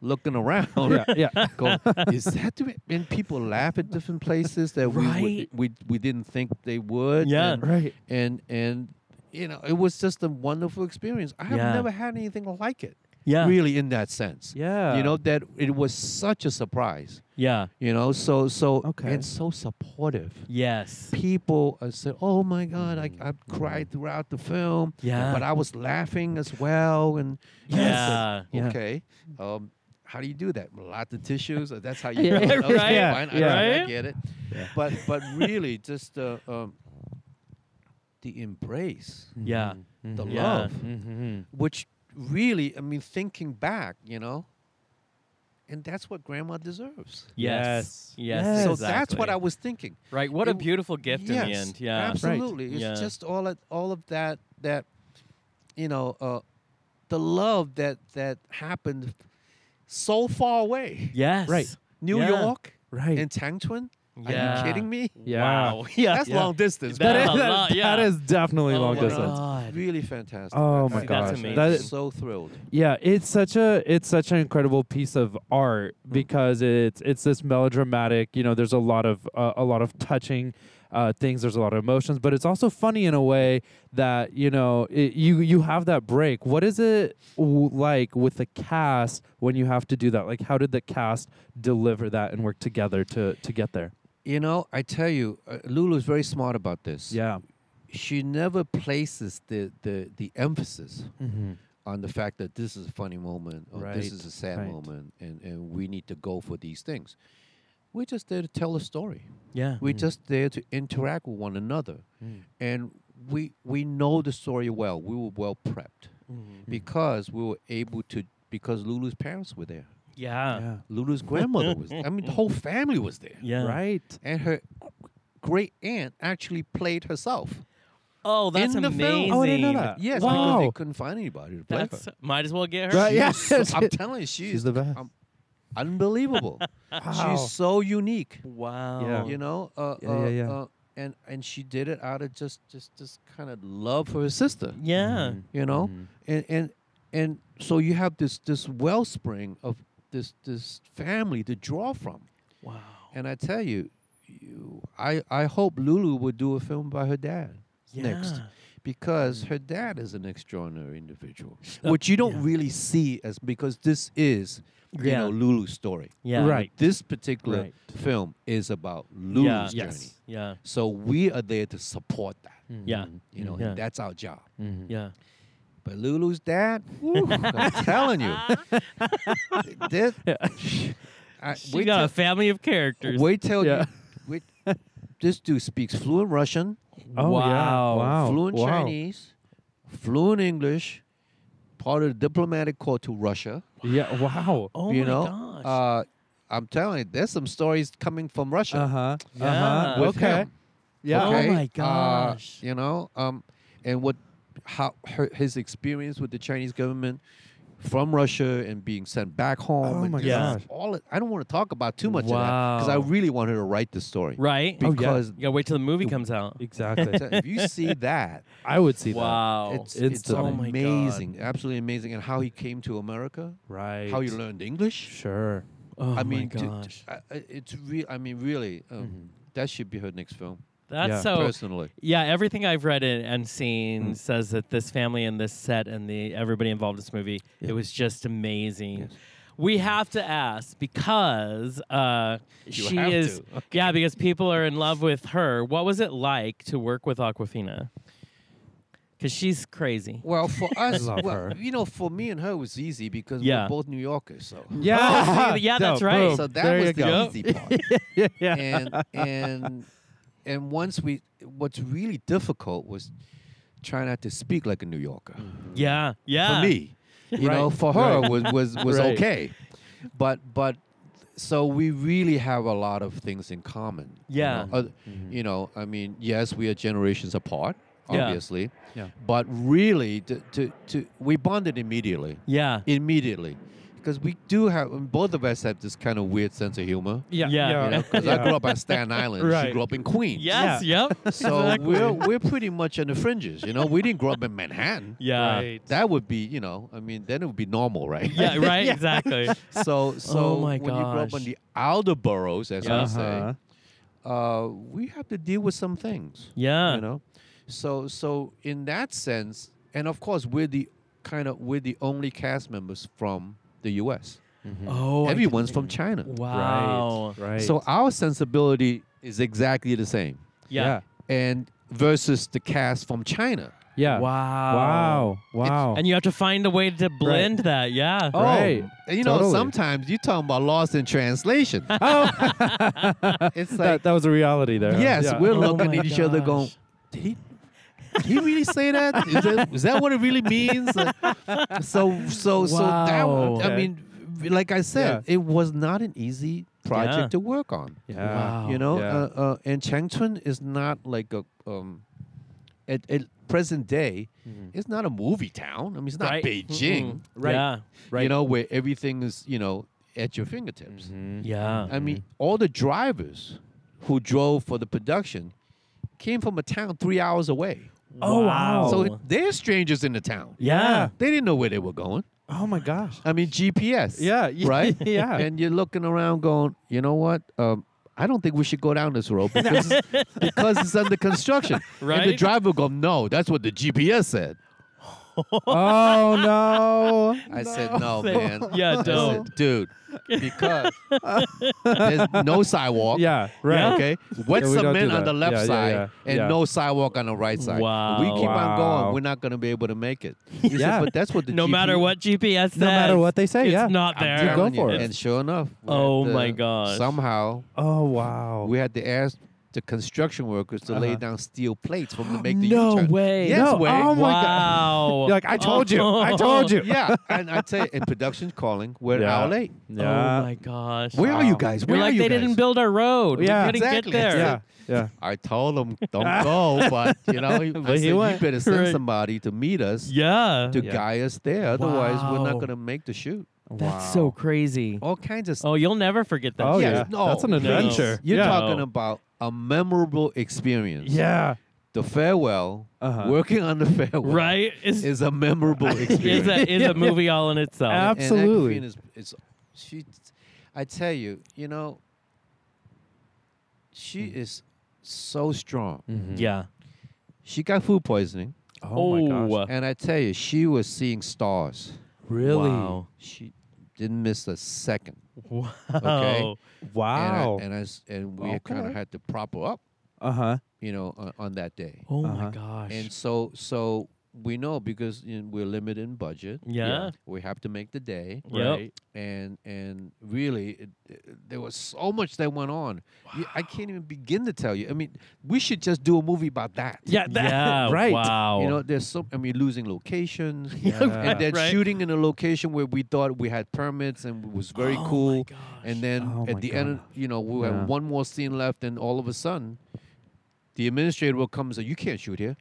looking around. Yeah. Yeah. Go, is that the way-" and people laugh at different places that we would- Right. we we didn't think they would. Yeah. And, right. and and you know, it was just a wonderful experience. I have Yeah. never had anything like it. Yeah. really in that sense. Yeah. You know that it was such a surprise. Yeah. You know, so so Okay. and so supportive. Yes. People uh, said, "Oh my God, I, I cried throughout the film, Yeah. but I was laughing as well." And Yeah. Yeah. okay, um, how do you do that? Lots of tissues. uh, That's how you. Yeah, do it. Okay, right, fine, I, yeah. I right? get it. But but really, just uh, um, the embrace, Yeah. the Mm, Yeah. love, Mm-hmm. which really, I mean, thinking back, you know, and that's what Grandma deserves. Yes. Yes. Yes. Yes. So that's exactly. what I was thinking. Right. What a It- beautiful gift in the Yes, end. Yeah. absolutely. It's Yeah. just all of, all of that that you know uh, the love that that happened so far away. Yes. Right. New Yeah. York Right. and Tangchun. Are Yeah. you kidding me? Yeah. Wow. Yeah. That's yeah. long distance. That man. is- a lot, yeah. that is definitely Oh long my distance. God. really fantastic. Oh my I- That's gosh. amazing. That I'm is- so thrilled. Yeah, it's such a it's such an incredible piece of art because it's it's this melodramatic. You know, there's a lot of uh, a lot of touching uh, things. There's a lot of emotions, but it's also funny in a way that you know it, you you have that break. What is it w- like with the cast when you have to do that? Like, how did the cast deliver that and work together to to get there? You know, I tell you, uh, Lulu's very smart about this. Yeah. She never places the the, the emphasis Mm-hmm. on the fact that this is a funny moment or Right, this is a sad right. moment and, and we need to go for these things. We're just there to tell a story. Yeah. We're just there to interact with one another. And we we know the story well. We were well prepped because we were able to because Lulu's parents were there. Yeah. Yeah. Lulu's grandmother was there. I mean the whole family was there. Yeah. Right. And her great aunt actually played herself. Oh, that's In the film. amazing. Oh, I didn't know that. Yes, because Wow. they couldn't find anybody to play her. That's might as well get her. Right. Yeah. She's so- I'm telling you, she's, the best. um, unbelievable. Wow. She's so unique. Wow. You know, uh, Yeah, uh, yeah, yeah. Uh, and and she did it out of just just just kind of love for her sister. Yeah. You know, and and and so you have this this wellspring of this this family to draw from. Wow. And I tell you, you I I hope Lulu would do a film by her dad next. Yeah. Because her dad is an extraordinary individual, which you don't really see as because this is, you Yeah. know, Lulu's story. Yeah. Right. This particular Right. film is about Lulu's Yeah. journey. Yeah. So we are there to support that. Mm. Yeah. Mm-hmm. You know, Yeah. Mm. and that's our job. Yeah. But Lulu's dad, woo, I'm telling you, this, I, She wait got till, a family of characters. wait till Yeah. you, wait, this dude speaks fluent Russian, Oh, Wow. Yeah. Wow. fluent wow. Chinese, fluent English, part of the diplomatic corps to Russia. Yeah. Wow. Oh you my know, gosh. Uh, I'm telling you, there's some stories coming from Russia. Uh Uh-huh, huh. Uh Yeah. huh. with Okay. him. Yeah. Oh Okay? my Uh, gosh. you know, um, and what, how her, his experience with the Chinese government from Russia and being sent back home. Oh and my just gosh. All it- I don't want to talk about too much of that because Wow. I really want her to write the story. right. Oh, yeah. Because You gotta wait till the movie comes out. Exactly. so if you see that, I would see Wow. it's, it's Instantly. Oh my God. amazing, absolutely amazing, and how he came to America, that. Right. how he learned English. Sure. oh I mean, my to- to- gosh. Mm-hmm. I- I- it's real. I mean, really, um, that should be her next film. That's Yeah. so. Personally, Yeah, everything I've read and, and seen says that this family and this set and the everybody involved in this movie, it was just amazing. We have to ask because uh, she have is to. yeah because people are in love with her. What was it like to work with Aquafina? Because she's crazy. Well, for us, love well, her. you know, for me and her it was easy because Yeah. we're both New Yorkers, so Yeah. see, yeah, that's Dope. right. Boom. so that there you was the go. easy part. yeah. And and and once we, what's really difficult was trying not to speak like a New Yorker Yeah, yeah. for me. You know, Right. for her was was was Right. okay, but but so we really have a lot of things in common. you Yeah. know. Uh, you know, I mean, yes, we are generations apart, Yeah. obviously. Yeah. But really, to, to to we bonded immediately. Yeah, immediately because we do have and both of us have this kind of weird sense of humor. Yeah. Yeah. You know, because I grew up on Staten Island, Right. she grew up in Queens. yes, yep. So exactly. we're we're pretty much on the fringes. You know, we didn't grow up in Manhattan. yeah, That would be, you know, I mean, then it would be normal, right? yeah, right, exactly. So, so Oh my when you grow up gosh. in the outer boroughs, as Yeah. we Uh-huh. say, Uh-huh. uh, we have to deal with some things. Yeah, You know, so so in that sense, and of course, we're the kind of we're the only cast members from the U.S. Mm-hmm. Oh, I didn't Everyone's from even- China. Wow. Right. Right. So our sensibility is exactly the same, Yeah. and versus the cast from China. Yeah. Wow. Wow. Wow. And you have to find a way to blend that. Yeah. Oh. Right. and you know, Totally. sometimes you're talking about lost in translation. oh. it's like, that, that was a reality there. yes, Yeah. we're Oh looking my at each other going, gosh. did he, did he really say that? Is that, is that what it really means? Like, so, so, so that, Wow. I Okay. mean, like I said, it was not an easy project Yeah. to work on. Yeah. Wow. You know, Yeah. uh, uh, and Changchun is not like a, um, at, at present day, it's not a movie town. I mean, it's not Right. Beijing. Mm-mm. Right. Yeah. You Mm-hmm. Right. Mm-hmm. know, where everything is, you know, at your fingertips. Yeah. I mean, all the drivers who drove for the production came from a town three hours away. Oh, wow. So it, they're strangers in the town. yeah. They didn't know where they were going. Oh my gosh. I mean, GPS. Yeah, y- Right? yeah. And you're looking around going, you know what? Um, I don't think we should go down this road because, it's, because it's under construction. And the Right? driver will go, no, that's what the GPS said. oh no. I said, no, Say- man. Yeah, I don't. said, dude, because there's no sidewalk. Yeah. Right. Okay. Wet Yeah, we don't do cement that. on the left Yeah, yeah, side yeah, and yeah. no sidewalk on the right side. If We keep on Wow. going. We're not going to be able to make it. He said, Yeah. but that's what the No GP matter what GPS says. No matter what they say, It's yeah. not I'm there. You go telling you. for it. And sure enough, we Oh had my to- gosh. Somehow Oh wow. we had to ask the construction workers to lay Uh-huh. down steel plates for them to make the no U-turn. way. Yes, No, way. oh my wow. You're like I told you. I told you. yeah, and I tell you, in production calling, we're an Yeah. hour late. Yeah. Oh my gosh. Where are you Wow. guys? You're Where are like you they guys? didn't build our road. Yeah. we couldn't Exactly. get there. yeah. Yeah. I told him don't go, but you know, I But he said, you went. better send Right. somebody to meet us Yeah. to Yeah. guide us there. Otherwise, we're Wow. not gonna make the shoot. That's Wow. so crazy. All kinds of stuff. Oh, you'll never forget that. Oh shit. yeah. Yes, no, That's an no. adventure. You're yeah. talking about a memorable experience. Yeah. The farewell, Uh-huh. working on the farewell, Right? Is is a memorable experience. is a is a movie all in itself. Ab- And Aquafina Absolutely. Is, is, she, I tell you, you know, she is so strong. yeah. She got food poisoning, Oh, my gosh. and I tell you, she was seeing stars. Really? Wow. She didn't miss a second. Wow. Oh. Wow. And I, and, I s- and we kind Okay. of had to prop her up, uh huh. you know, on, on that day. oh my Uh-huh. gosh. And so, so we know because you know, we're limited in budget. Yeah. We have to make the day. Yep. Right. And and really, it, it- there was so much that went on. You- I can't even begin to tell you. I mean, we should just do a movie about that. Yeah. That, yeah. right. Wow. You know, there's so. I mean, losing locations. Yeah. And then Right. shooting in a location where we thought we had permits and it was very Oh my cool. gosh. And then Oh at my the end, of, you know, we Yeah. have one more scene left, and all of a sudden, the administrator will come and say, "You can't shoot here."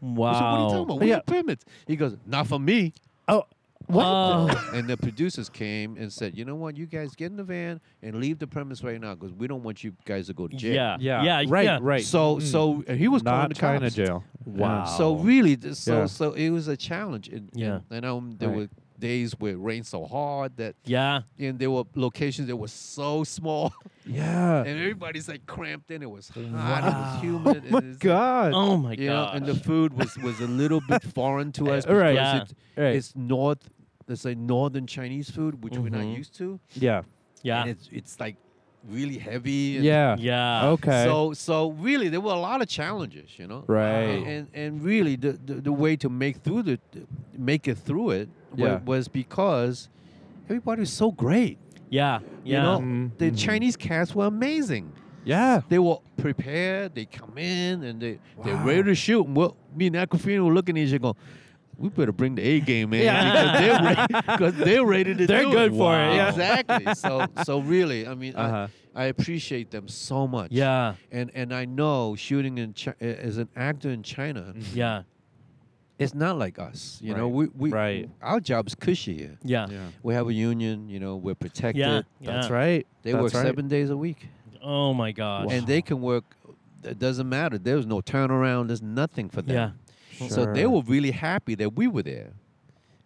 wow. I said, "What are you talking about? We Yeah. have permits." He goes, "Not for me." Oh. What? Oh. and the producers came and said, "You know what? You guys get in the van and leave the premise right now because we don't want you guys to go to jail." yeah. yeah. Yeah. Right. yeah. Right. Mm. So, so and he was calling not the China cops. jail. Wow. So really, th- so Yeah. so it was a challenge. And, Yeah. And, and um, there Right. were days where it rained so hard that, Yeah. and there were locations that were so small. Yeah. and everybody's like cramped in. It was hot. It Um, was Oh humid. my and it's, god. Oh my you know, gosh. and the food was was a little bit foreign to us. Eh, Right. because Yeah. It's, Right. it's north. Let's say northern Chinese food, which we're not Mhm. used to. Mm-hmm. yeah. yeah. And it's it's like really heavy. and- Yeah. yeah. Okay. So so really, there were a lot of challenges. You know. Uh, Right. And and, and really, the, the the way to make through the make it through it wa- Yeah. was because everybody was so great. Yeah. Yeah. You know, Mhm. the Mhm. Chinese cast were amazing yeah. they were prepared. They come in and they they're Wow. ready to shoot. And well, me and Aquafina were looking at each other going, "We better bring the A game in Yeah. because they're, re- 'cause they're ready to They're do good for it, Wow. yeah. exactly. So so really, I mean, Uh-huh. I, I appreciate them so much. Yeah. and and I know shooting in Chi- as an actor in China, Yeah. it's not like us. You know, we Mm-hmm. Right. we Right. our job's cushier. Yeah. We have a union. You know, we're protected. Uh, Yeah. That's yeah. right. They That's work right. seven days a week. Oh my gosh. and they can work. It doesn't matter. There was no turnaround. There's nothing for them. Yeah. So they Sure. were really happy that we were there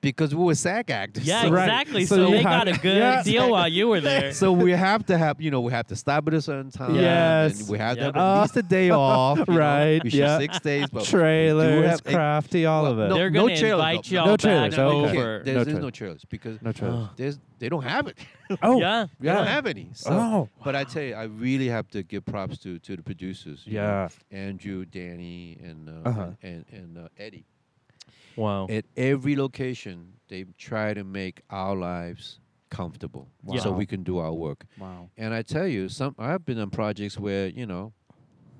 because we were SAG actors. Yeah, So- Right. exactly. So So, you they have- got a good Yeah. deal while you were there. So we have to have, you know, we have to stop at a certain time. Yes. And we have Yep. to have at least a day off. you know. Right, We should yeah. six days. But we do trailers, have a- crafty, all well, of it. no- They're gonna trailers, invite though. y'all No back trailers, no, okay. we can't. over. There's, No there's trailers. no trailers because No trailers. there's they don't have it. oh, Yeah. They don't yeah, have any. So, Oh. but I tell you, I really have to give props to to the producers. you know, yeah. Andrew, Danny, and uh, Uh-huh. and and, and uh, Eddie. Wow. At every location, they try to make our lives comfortable, Yeah. so we can do our work. Wow. And I tell you, some I've been on projects where you know,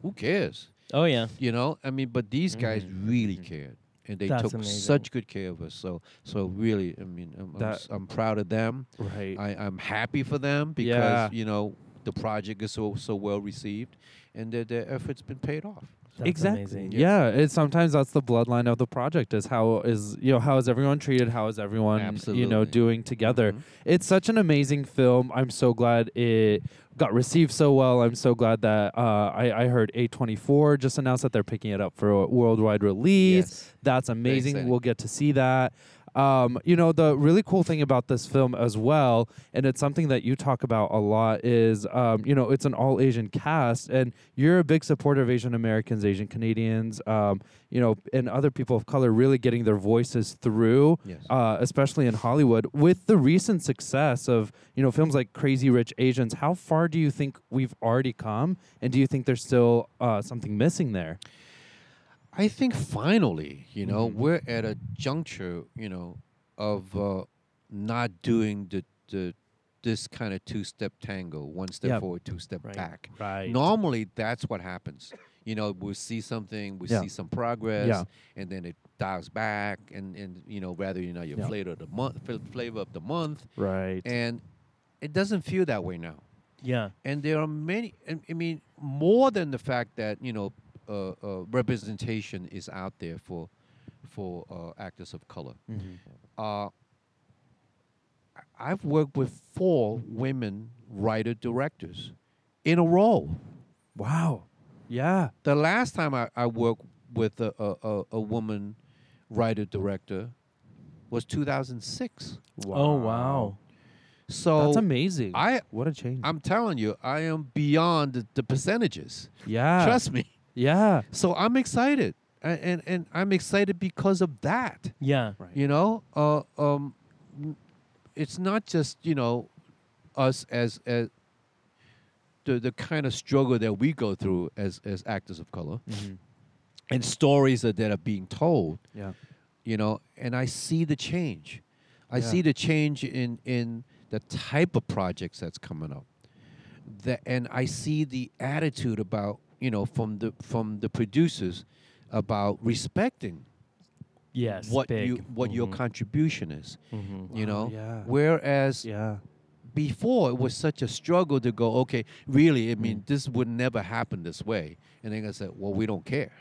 who cares? oh yeah. You know, I mean, but these guys Mm-hmm. really cared, and they That's took amazing. such good care of us. So, so really, I mean, I'm, I'm, That- s- I'm proud of them. Right. I, I'm happy for them because Yeah. you know the project is so so well received, and their their efforts been paid off. That's exactly. amazing. Yeah. It's sometimes that's the bloodline of the project is how is you know how is everyone treated? How is everyone you know Absolutely. doing together? It's such an amazing film. I'm so glad it got received so well. I'm so glad that uh, I I heard A24 just announced that they're picking it up for a worldwide release. Yes. That's amazing. exciting. We'll get to see that. Um, you know, the really cool thing about this film as well, and it's something that you talk about a lot, is, um, you know, it's an all Asian cast, and you're a big supporter of Asian Americans, Asian Canadians, um, you know, and other people of color really getting their voices through, Yes. uh, especially in Hollywood. With the recent success of, you know, films like Crazy Rich Asians, how far do you think we've already come? And do you think there's still uh, something missing there? I think finally, you know, Mm-hmm. we're at a juncture, you know, of uh, not doing the, the this kind of two step tango, one step Yep. forward, two step Right. back. Right. Normally, that's what happens. You know, we see something, we Yeah. see some progress, Yeah. and then it dials back, and, and you know, rather you know your Yeah. flavor of the month, flavor of the month, Right. and it doesn't feel that way now Yeah. and there are many I- i mean more than the fact that you know uh, uh, representation is out there for for uh, actors of color Mm-hmm. uh, I- i've worked with four women writer directors in a row Wow. Yeah. the last time i, I worked with a, a, a, a woman writer director was 2006 Oh wow. so That's amazing. I- what a change. i'm telling you i am beyond the, the percentages yeah. trust me Yeah. So I'm excited, A- and and I'm excited because of that. Yeah. Right. You know, uh, um, n- it's not just you know us as as the the kind of struggle that we go through as as actors of color, and stories that, that are being told. Yeah. You know, and I see the change. I Yeah. see the change in in the type of projects that's coming up that and I see the attitude about you know from the from the producers about respecting Yes. what big. you what your contribution is Mhm. you Wow, know yeah. whereas Yeah. before it was such a struggle to go okay really I Mm. mean this would never happen this way and they're gonna say well we don't care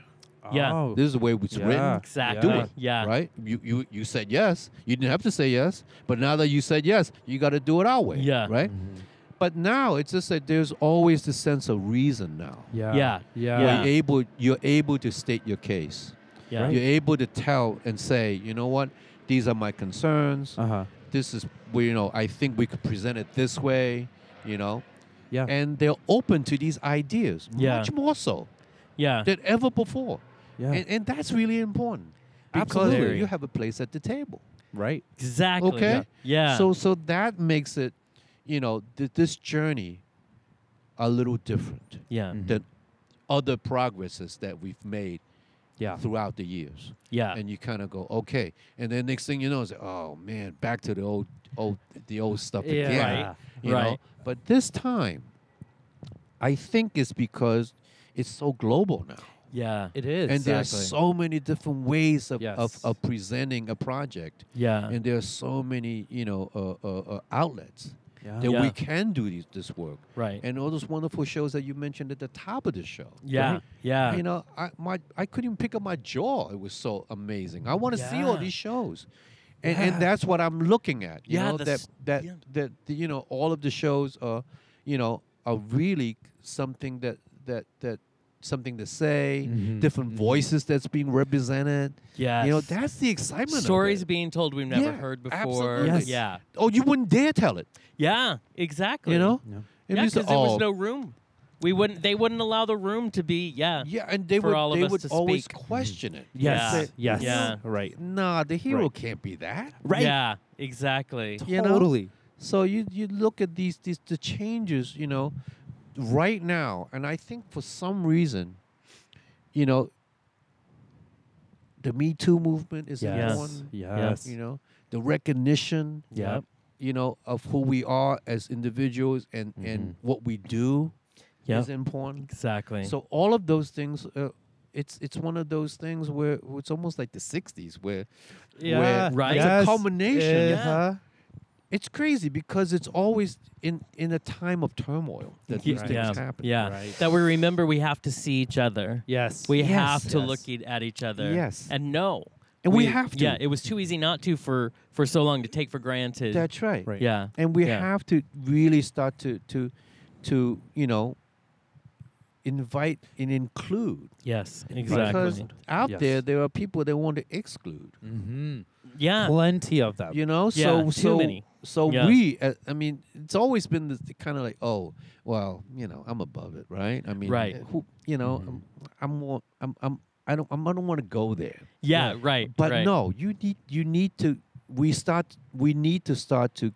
Yeah. Oh. this is the way it's Yeah. written Exactly. do it Yeah. right you, you you said yes you didn't have to say yes but now that you said yes you got to do it our way Yeah. right Mm-hmm. but now it's just that there's always this sense of reason now yeah. Yeah. Yeah. Where you're able you're able to state your case. Yeah. Right. You're able to tell and say, you know what, these are my concerns. Uh huh. This is well, you know, I think we could present it this way, you know. Yeah. And they're open to these ideas, Yeah. much more so Yeah. than ever before. yeah. And, and that's really important. Because Absolutely. you have a place at the table. right. Exactly. Okay? Yeah. So so that makes it, you know, th- this journey a little different yeah. Mm-hmm. than other progresses that we've made Yeah. throughout the years. Yeah. And you kind of go, okay. And then next thing you know, it's like, oh man, back to the old, old, the old stuff Yeah. again. Right. You Know? Right. But this time, I think it's because it's so global now, yeah. It is. and there are so many different ways of, of, Yes. of presenting a project, Yeah. and there are so many, you know, uh, uh, uh, outlets Yeah. that we Yeah. can do these, this work. Right. And all those wonderful shows that you mentioned at the top of the show. yeah. Right. Yeah. You know, I my I couldn't even pick up my jaw. It was so amazing. I want to see all Yeah. these shows, and and that's what I'm looking at. You Yeah, know, the that s- that yeah. that the, you know all of the shows are, you know, are really something that that that something to say, Mhm, different voices that's being represented. Mm-hmm. Yes. You know, that's the excitement. of stories it. being told we've never Yeah, heard before. absolutely. Yes. Yeah. Oh, you wouldn't dare tell it. Yeah. Exactly. You know, No. If yeah, you said, because there "Oh, was no room. We wouldn't. They wouldn't allow the room to be. Yeah. oh, Yeah, and they for would all of they us would to always speak. Mm-hmm. question it. Yes. Yeah. Yes. Yeah. Right. Nah, the hero Right. can't be that. Right. Yeah. Exactly. You know? Totally. So you you look at these these the changes, you know, right now, and I think for some reason, you know, the Me Too movement is another Yes. one. Yes. You know, the recognition, Yep. you know, of who we are as individuals and and what we do Mm-hmm. Yep. is important. Exactly. So all of those things, uh, it's it's one of those things where where it's almost like the '60s, where Yeah. where Right. it's Yes. a culmination. Yeah. Uh-huh. It's crazy because it's always in in a time of turmoil that Ye- these things yeah. happen. Yeah. Right. That we remember we have to see each other. Yes. We Yes. have to Yes. look e- at each other. Yes. And no. And we have Yeah, to. it was too easy not to for for so long to take for granted. that's right. Right. yeah. And we Yeah. have to really start to to to you know invite and include Yes, because exactly. out Yes. there there are people that want to exclude. Mm-hmm. Yeah. Plenty of them. You know, Yeah, so too so many. so Yeah. we. Uh, I mean, it's always been this kind of like, oh, well, you know, I'm above it, right? I mean, Right. Mm-hmm. uh, Who, you know, I'm, I'm, more, I'm, I'm, I don't, I'm, I don't want to go there. Yeah, right. But right. no, you need, you need to. We start. We need to start to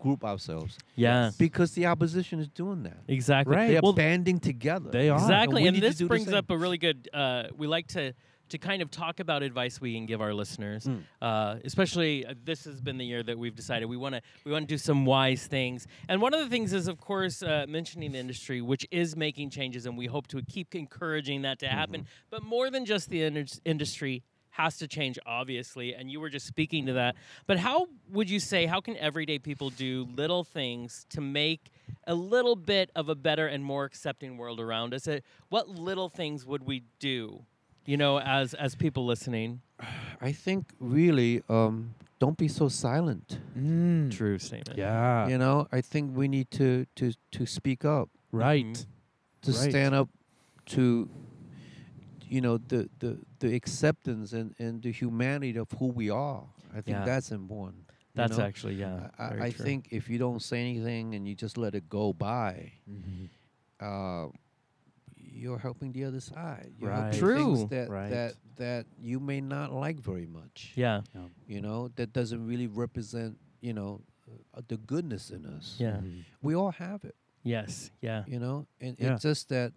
group ourselves Yeah. because the opposition is doing that. Exactly. They are Well, banding together. They are. Exactly, we and, need to this do the brings same. up a really good. Uh, we like to to kind of talk about advice we can give our listeners, Hmm. uh, especially uh, this has been the year that we've decided we want to we want to do some wise things. And one of the things is, of course, uh, mentioning the industry, which is making changes, and we hope to keep encouraging that to happen. Mm-hmm. But more than just the indus- industry has to change obviously and you were just speaking to that but how would you say how can everyday people do little things to make a little bit of a better and more accepting world around us Uh, what little things would we do you know as as people listening I think really, um, don't be so silent. Mm. true statement Yeah. Hmm. You know, I think we need to to to speak up. Right. Mhm. to Right. stand up to you know the the, the acceptance and, and the humanity of who we are. I think Yeah. that's important. you that's know? actually yeah I, very Uh, I- I true. think if you don't say anything and you just let it go by, Mhm. uh, you're helping the other side. You're Right. helping True. Things that Right. that that you may not like very much. yeah You know that doesn't really represent you know uh, the goodness in us. yeah Mhm. We all have it yes yeah you know and Yeah. it's just that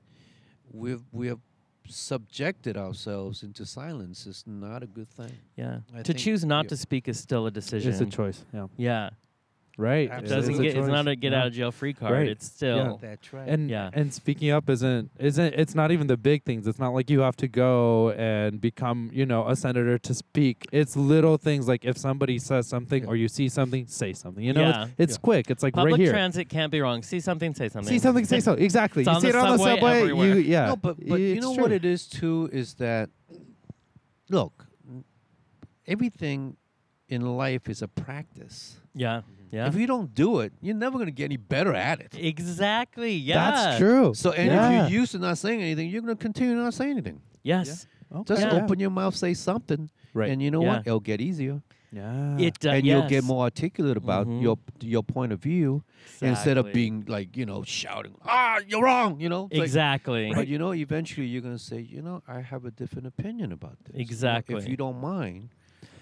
we've we have subjected ourselves into silence is not a good thing yeah I to think choose not you- to speak is still a decision It's a choice. Yeah. yeah Right. it Absolutely. doesn't It's a get it's not a get Yeah. out of jail free card Right. it's still that's right And Yeah. and speaking up isn't isn't it's not even the big things. It's not like you have to go and become you know a senator to speak. It's little things like if somebody says something Yeah. or you see something, say something. You know, it's, Yeah. it's Yeah. quick. It's like public right here. transit can't be wrong see something say something see something, say so. Exactly. It's you on see the it on subway, the subway. everywhere. You yeah. no but but you It's know what true. it is too is that look n- everything in life is a practice yeah yeah if you don't do it you're never going to get any better at it Exactly. Yeah. That's true. so and yeah. if you're used to not saying anything you're going to continue not saying anything Yes. Okay. just Yeah. open your mouth say something Right. and you know Yeah. what it'll get easier Yeah. It does. and you'll get more articulate about Mm-hmm. Mhm. your your point of view instead of Exactly. being like you know shouting ah you're wrong you know It's like- Exactly. but you know eventually you're gonna say you know I have a different opinion about this You know, if Exactly. you don't mind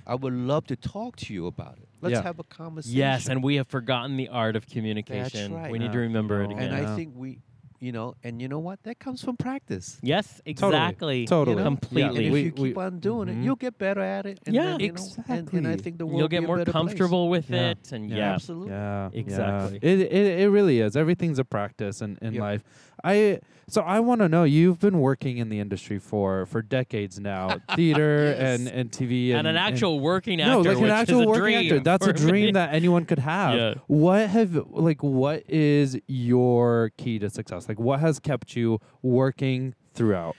I would love to talk to you about it let's Yeah. have a conversation Yes, and we have forgotten the art of communication. right. We need to Yeah. remember it No. again. and Yeah. I think we you know and you know what that comes from practice yes, exactly. Totally. You know? Completely. and if We- you keep we- on doing Mhm. it you'll get better at it and Yeah. then, you know, and, and I Exactly. think the world You'll be get a more better place. comfortable with Yeah. it, and Yeah. yeah, absolutely Yeah, yeah. Exactly. It, it it really is. Everything's a practice in, in Yep. life. I so I want to know. You've been working in the industry for for decades now, theater and and TV, and, and an actual working actor. no, like an which actual is a working actor. dream That's for a dream me. that anyone could have. Yeah. What have like what is your key to success? Like what has kept you working throughout?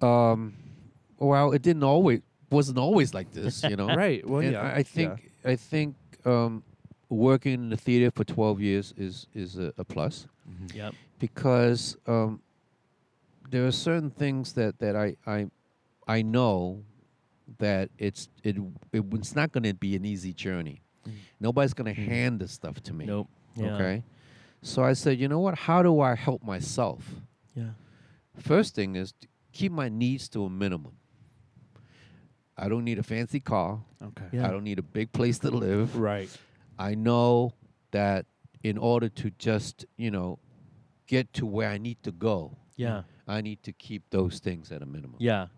um, well, it didn't always wasn't always like this, you know. Uh, Right. Well, And yeah. I- yeah. I think I think um, working in the theater for twelve years is is a, a plus Yep. because um, there are certain things that that I I I know that it's it, it it's not going to be an easy journey. Nobody's going to hand this stuff to me. Mm. Nope. Yeah. Okay. So I said, you know what? How do I help myself? Yeah. First thing is to keep my needs to a minimum. I don't need a fancy car. Okay. Yeah. I don't need a big place to live. Right. I know that in order to just, you know, get to where I need to go, Yeah. I need to keep those things at a minimum. Yeah.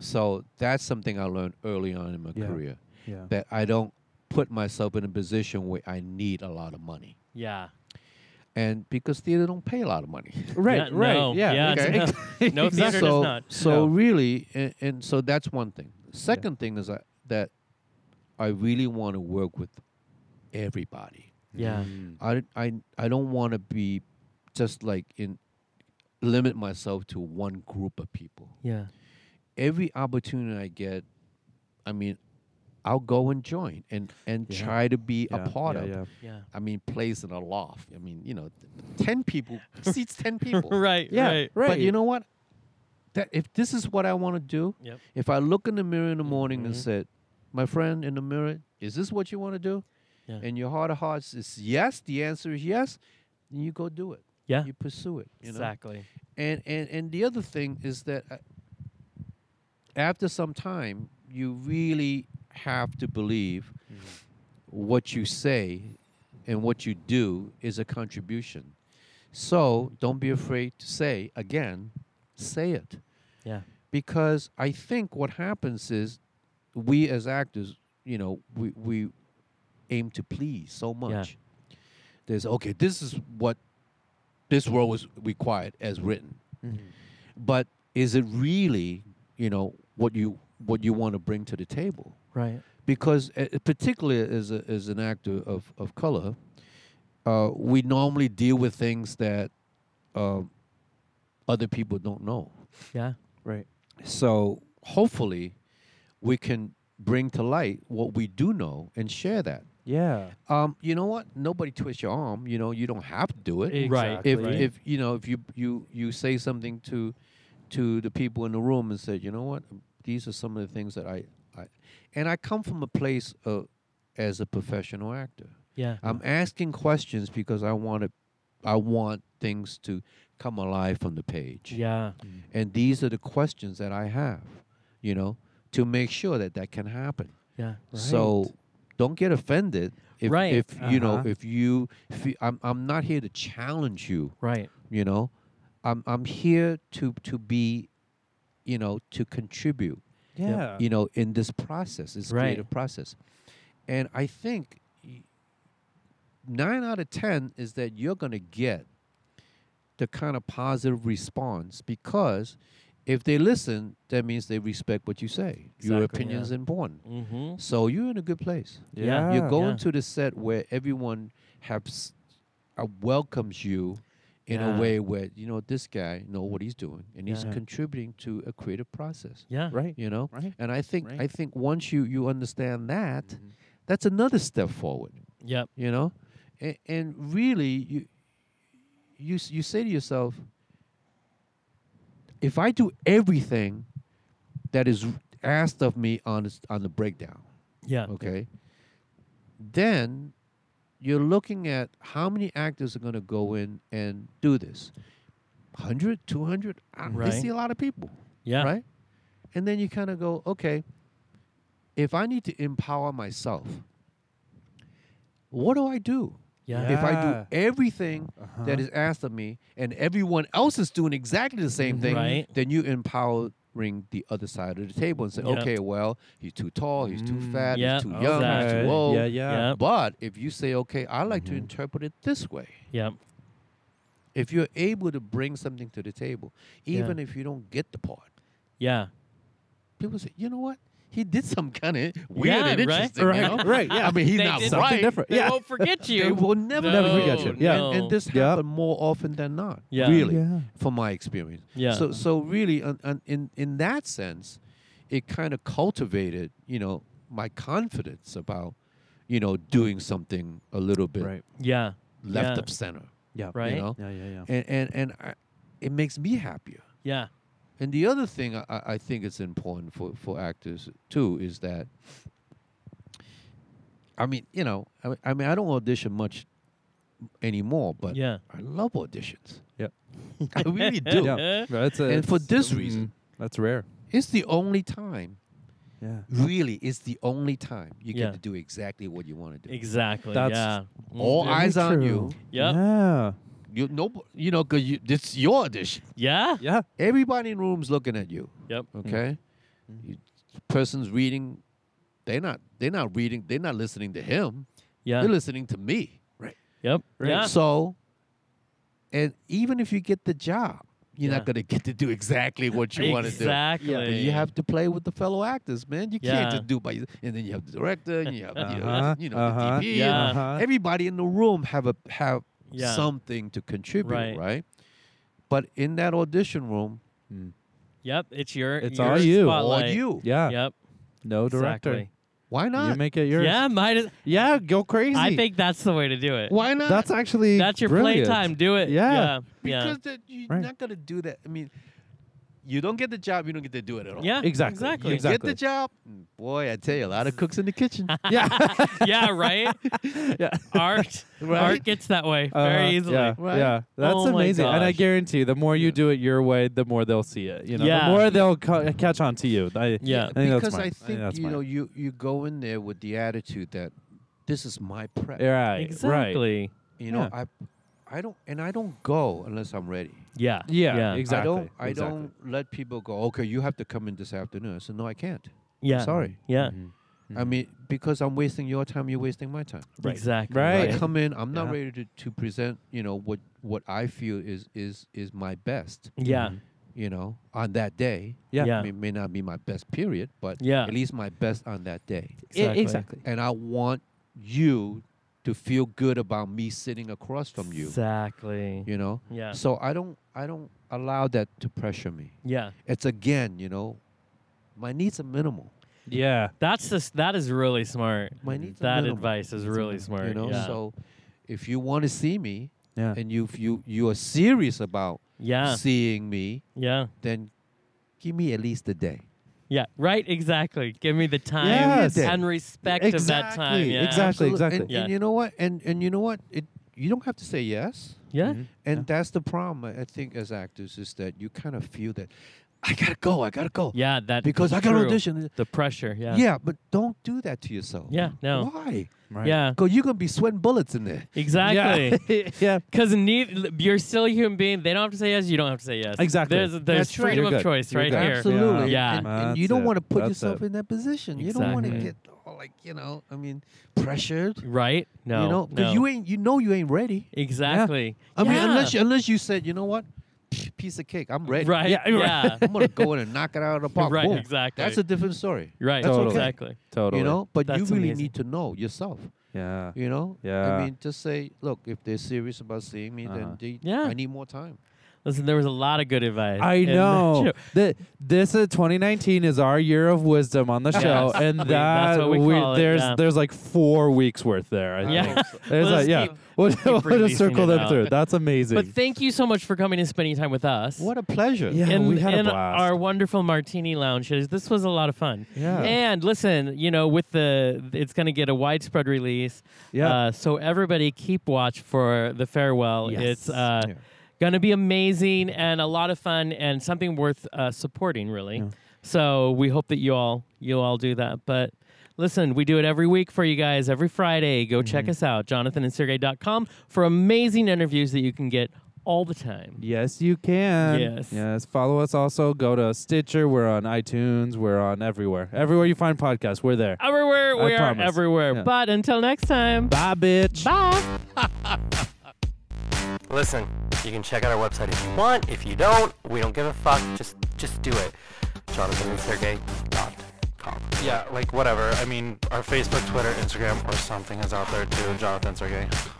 So that's something I learned early on in my Yeah. career Yeah. that I don't put myself in a position where I need a lot of money. Yeah. And because theater don't pay a lot of money. Right. Yeah, right. no, Yeah. yeah, okay. it's- No theater so, does not. So No. really, and, and so that's one thing. Second thing is that, that I really want to work with everybody. Yeah. I, Mm-hmm. I, I don't want to be just like in limit myself to one group of people. Yeah. Every opportunity I get, I mean, I'll go and join and and Yeah. try to be Yeah, a part yeah, of. yeah. Yeah. I mean, plays in a loft. I mean, you know, ten people seats ten people. Right. Yeah, Right. right. But you know what? That if this is what I want to do, Yep. if I look in the mirror in the morning and Mhm. said, "My friend in the mirror, is this what you want to do?" Yeah. And your heart of hearts is yes. The answer is yes. Then you go do it. Yeah. You pursue it. You know? Exactly. And and and the other thing is that uh, after some time, you really have to believe what you say and what you do is a contribution. So don't be afraid to say again, say it Yeah. because I think what happens is we as actors, you know, we we aim to please so much. There's okay, this is what this role was required as written, but is it really, you know, what you what you want to bring to the table? Right. Because uh, particularly as a, as an actor of of color, uh, we normally deal with things that uh, other people don't know. Yeah. Right. So hopefully, we can bring to light what we do know and share that. Yeah. Um, you know what? Nobody twists your arm. You know, you don't have to do it. Right. If right. if you know if you you you say something to to the people in the room and said, you know what? These are some of the things that I I and I come from a place of as a professional actor. yeah. I'm asking questions because I want to I want things to come alive from the page Yeah. and these are the questions that I have, you know, to make sure that that can happen. Yeah. So don't get offended if Right. if you know Uh-huh. if you fe I'm I'm not here to challenge you, Right. you know. I'm I'm here to to be you know, to contribute, Yeah. you know, in this process, this Right. creative process. And I think y- 9 out of 10 is that you're going to get the kind of positive response because if they listen, that means they respect what you say. Your Exactly, opinion's important. Mm-hmm. So you're in a good place. Yeah. You're going yeah. to the set where everyone has uh, welcomes you in Yeah. a way where you know this guy know what he's doing and he's Yeah. contributing to a creative process. Yeah. Right. You know, Right. and I think Right. I think once you you understand that, that's another step forward Yep. you know and, and really you, you s- you say to yourself if i do everything that is asked of me on this, on the breakdown Yeah. okay then you're looking at how many actors are going to go in and do this 100 200 I I Right. see a lot of people Yeah. right and then you kind of go okay if i need to empower myself what do i do Yeah. if I Yeah. do everything Uh-huh. that is asked of me and everyone else is doing exactly the same thing, Right. then you empowering the other side of the table and say, Yep. okay, well, he's too tall, he's too Mm, fat, yeah, he's too young, he's exactly. too old. Yeah. Yeah. Yep. Mm-hmm. But if you say, okay, I like to interpret it this way, Yep. if you're able to bring something to the table, Yeah. even if you don't get the part, Yeah. people say, you know what? He did some kind of weird Yeah, and right, interesting. you Right. know? right. Yeah. I mean, he's They not did right. something different. They Yeah. won't forget you. They will never, Never forget you. And- Yeah. And, this Yep. happened more often than not. Yeah. Really. Yeah. From my experience. Yeah. So so really un, un, in in that sense, it kind of cultivated, you know, my confidence about, you know, doing something a little bit Right. yeah. left Yeah. of center. Yeah. Right. You know? Yeah. Yeah. Yeah. And and, and I, it makes me happier. Yeah. And the other thing I, I I think is important for, for actors too is that, I mean, you know, I, I mean, I don't audition much anymore, but Yeah. I love auditions. Yep. I really do. yeah, that's a, And for it's- this mm, reason. that's rare. It's the only time, Yeah, really, it's the only time you get Yeah. to do exactly what you want to do. Exactly. That's yeah. Mm, all yeah. I- Eyes on you. Yep. Yeah, You no, you know, because you, it's your audition. Yeah. yeah. Everybody in the room's looking at you. Yep. Okay, Mm. You, person's reading. They're not. They're not reading. They're not listening to him. Yeah. They're listening to me. Yep. Yeah. So, and even if you get the job, you're Yeah. not going to get to do exactly what you want to do. exactly. But you have to play with the fellow actors, man. You Yeah. can't just do by yourself. And then you have the director, and you have the, Uh-huh, uh, you know, uh-huh, the DP. Yeah. uh-huh. Everybody in the room have a have Yeah. something to contribute, Right. right. But in that audition room, Yep. It's your. It's your all you. all Spotlight. you. Yeah. Yep. No director. Exactly. Why You not? make it yours. Yeah. Might. As, Yeah, go crazy. I think that's the way to do it. Why not? that's actually That's your brilliant. playtime. Do it. Yeah. Yeah. because that you're Right. not going to do that. I mean, you don't get the job, you don't get to do it at all. Yeah. Exactly. Exactly. You Exactly. get the job, boy, I tell you, a lot of cooks in the kitchen. Yeah, yeah. Right. yeah. Art. Art Right? gets that way Uh-huh. very easily. Yeah, Right? yeah. that's Oh my amazing. And I gosh. guarantee, the more you do it your way, the more they'll see it. You know, Yeah. the more they'll ca- catch on to you. I, Yeah. I think because that's smart. I think that's you smart. know you you go in there with the attitude that this is my prep. Yeah, Right. Right. Exactly. You know, Yeah. I I don't and I don't go unless I'm ready. Yeah. Yeah. Yeah. Exactly. I don't I exactly. don't let people go, okay, you have to come in this afternoon. I said, No, I can't. Yeah. Sorry. Yeah. I mean, because I'm wasting your time, you're wasting my time. Right. Exactly. Right. I come in, I'm not Yeah. ready to, to present, you know, what what I feel is is is my best, Yeah. you know, on that day. Yeah. Yeah. I mean, may not be my best period, but Yeah. at least my best on that day. Exactly. exactly. and I want you to feel good about me sitting across from you. Exactly. You know? Yeah. So I don't I don't allow that to pressure me. Yeah. It's again, you know, my needs are minimal. Yeah. That's just that is really smart. My Mm-hmm. needs are that minimal. advice is really smart. You know, yeah. so if you want to see me Yeah. and you you you are serious about yeah, seeing me, yeah, then give me at least a day. yeah. Right, exactly. Give me the time Yes. and respect of that time. Exactly, Yeah. exactly. Absolute- and- exactly. and Yeah. you know what? And and you know what? It you don't have to say yes. Yeah. And that's the problem, I I think, as actors, is that you kind of feel that I gotta go, I gotta go, Yeah. That because I gotta true. audition. The pressure. Yeah. Yeah. but don't do that to yourself. Yeah, no. Why? Right. Yeah. Because you're gonna be sweating bullets in there. Exactly. Yeah. yeah. Because you're still a human being. They don't have to say yes. You don't have to say yes. Exactly. There's, there's That's right. freedom You're of good. choice You're right good. here. Absolutely. Yeah. And, and you That's don't it. want to put That's yourself it. in that position. You don't want to Exactly. get all like you know. I mean, pressured. Right. No. you know, 'cause no. you ain't. You know, you ain't ready. exactly. I mean, Yeah. unless you, unless you said, you know what, Pff, piece of cake, I'm ready. Right. Yeah. Yeah, right. I'm gonna go in and knock it out of the park. Right, Boom. exactly. That's a different story. Right. That's okay. Exactly. Totally. You know, but you That's really amazing. need to know yourself. Yeah. You know, Yeah. I mean, just say, look, if they're serious about seeing me, Uh-huh. then they, Yeah. I need more time. Listen, there was a lot of good advice. I in that know show. that this is 2019 is our year of wisdom on the Yes. show, and We- that that's what we call it, there's yeah. there's like four weeks worth there. I Yeah. think. there's like, Let's yeah. keep- we'll keep we'll just releasing circle it them out. through. That's amazing. But thank you so much for coming and spending time with us. What a pleasure. yeah, in, we had in a blast. our wonderful martini lounges. This was a lot of fun. Yeah. And listen, you know, with the it's going to get a widespread release. Yeah. Uh, so everybody keep watch for the farewell. Yes. It's uh, Yeah. going to be amazing and a lot of fun and something worth uh, supporting really. So we hope that you all you all do that. But listen, we do it every week for you guys every Friday. Go Mm-hmm. check us out jonathanandsergey.com for amazing interviews that you can get all the time. Yes, you can. Yes. Yes. Follow us also. Go to Stitcher. We're on iTunes. We're on everywhere. Everywhere you find podcasts, we're Oh. there. everywhere. I We are promise. everywhere. Yeah. But until next time, Bye, bitch. bye. Listen, you can check out our website if you want. If you don't, we don't give a fuck. Just just do it. Jonathan and Sergey dot com. Yeah, like whatever. I mean, our Facebook, Twitter, Instagram, or something is out there too. Jonathan Sergey.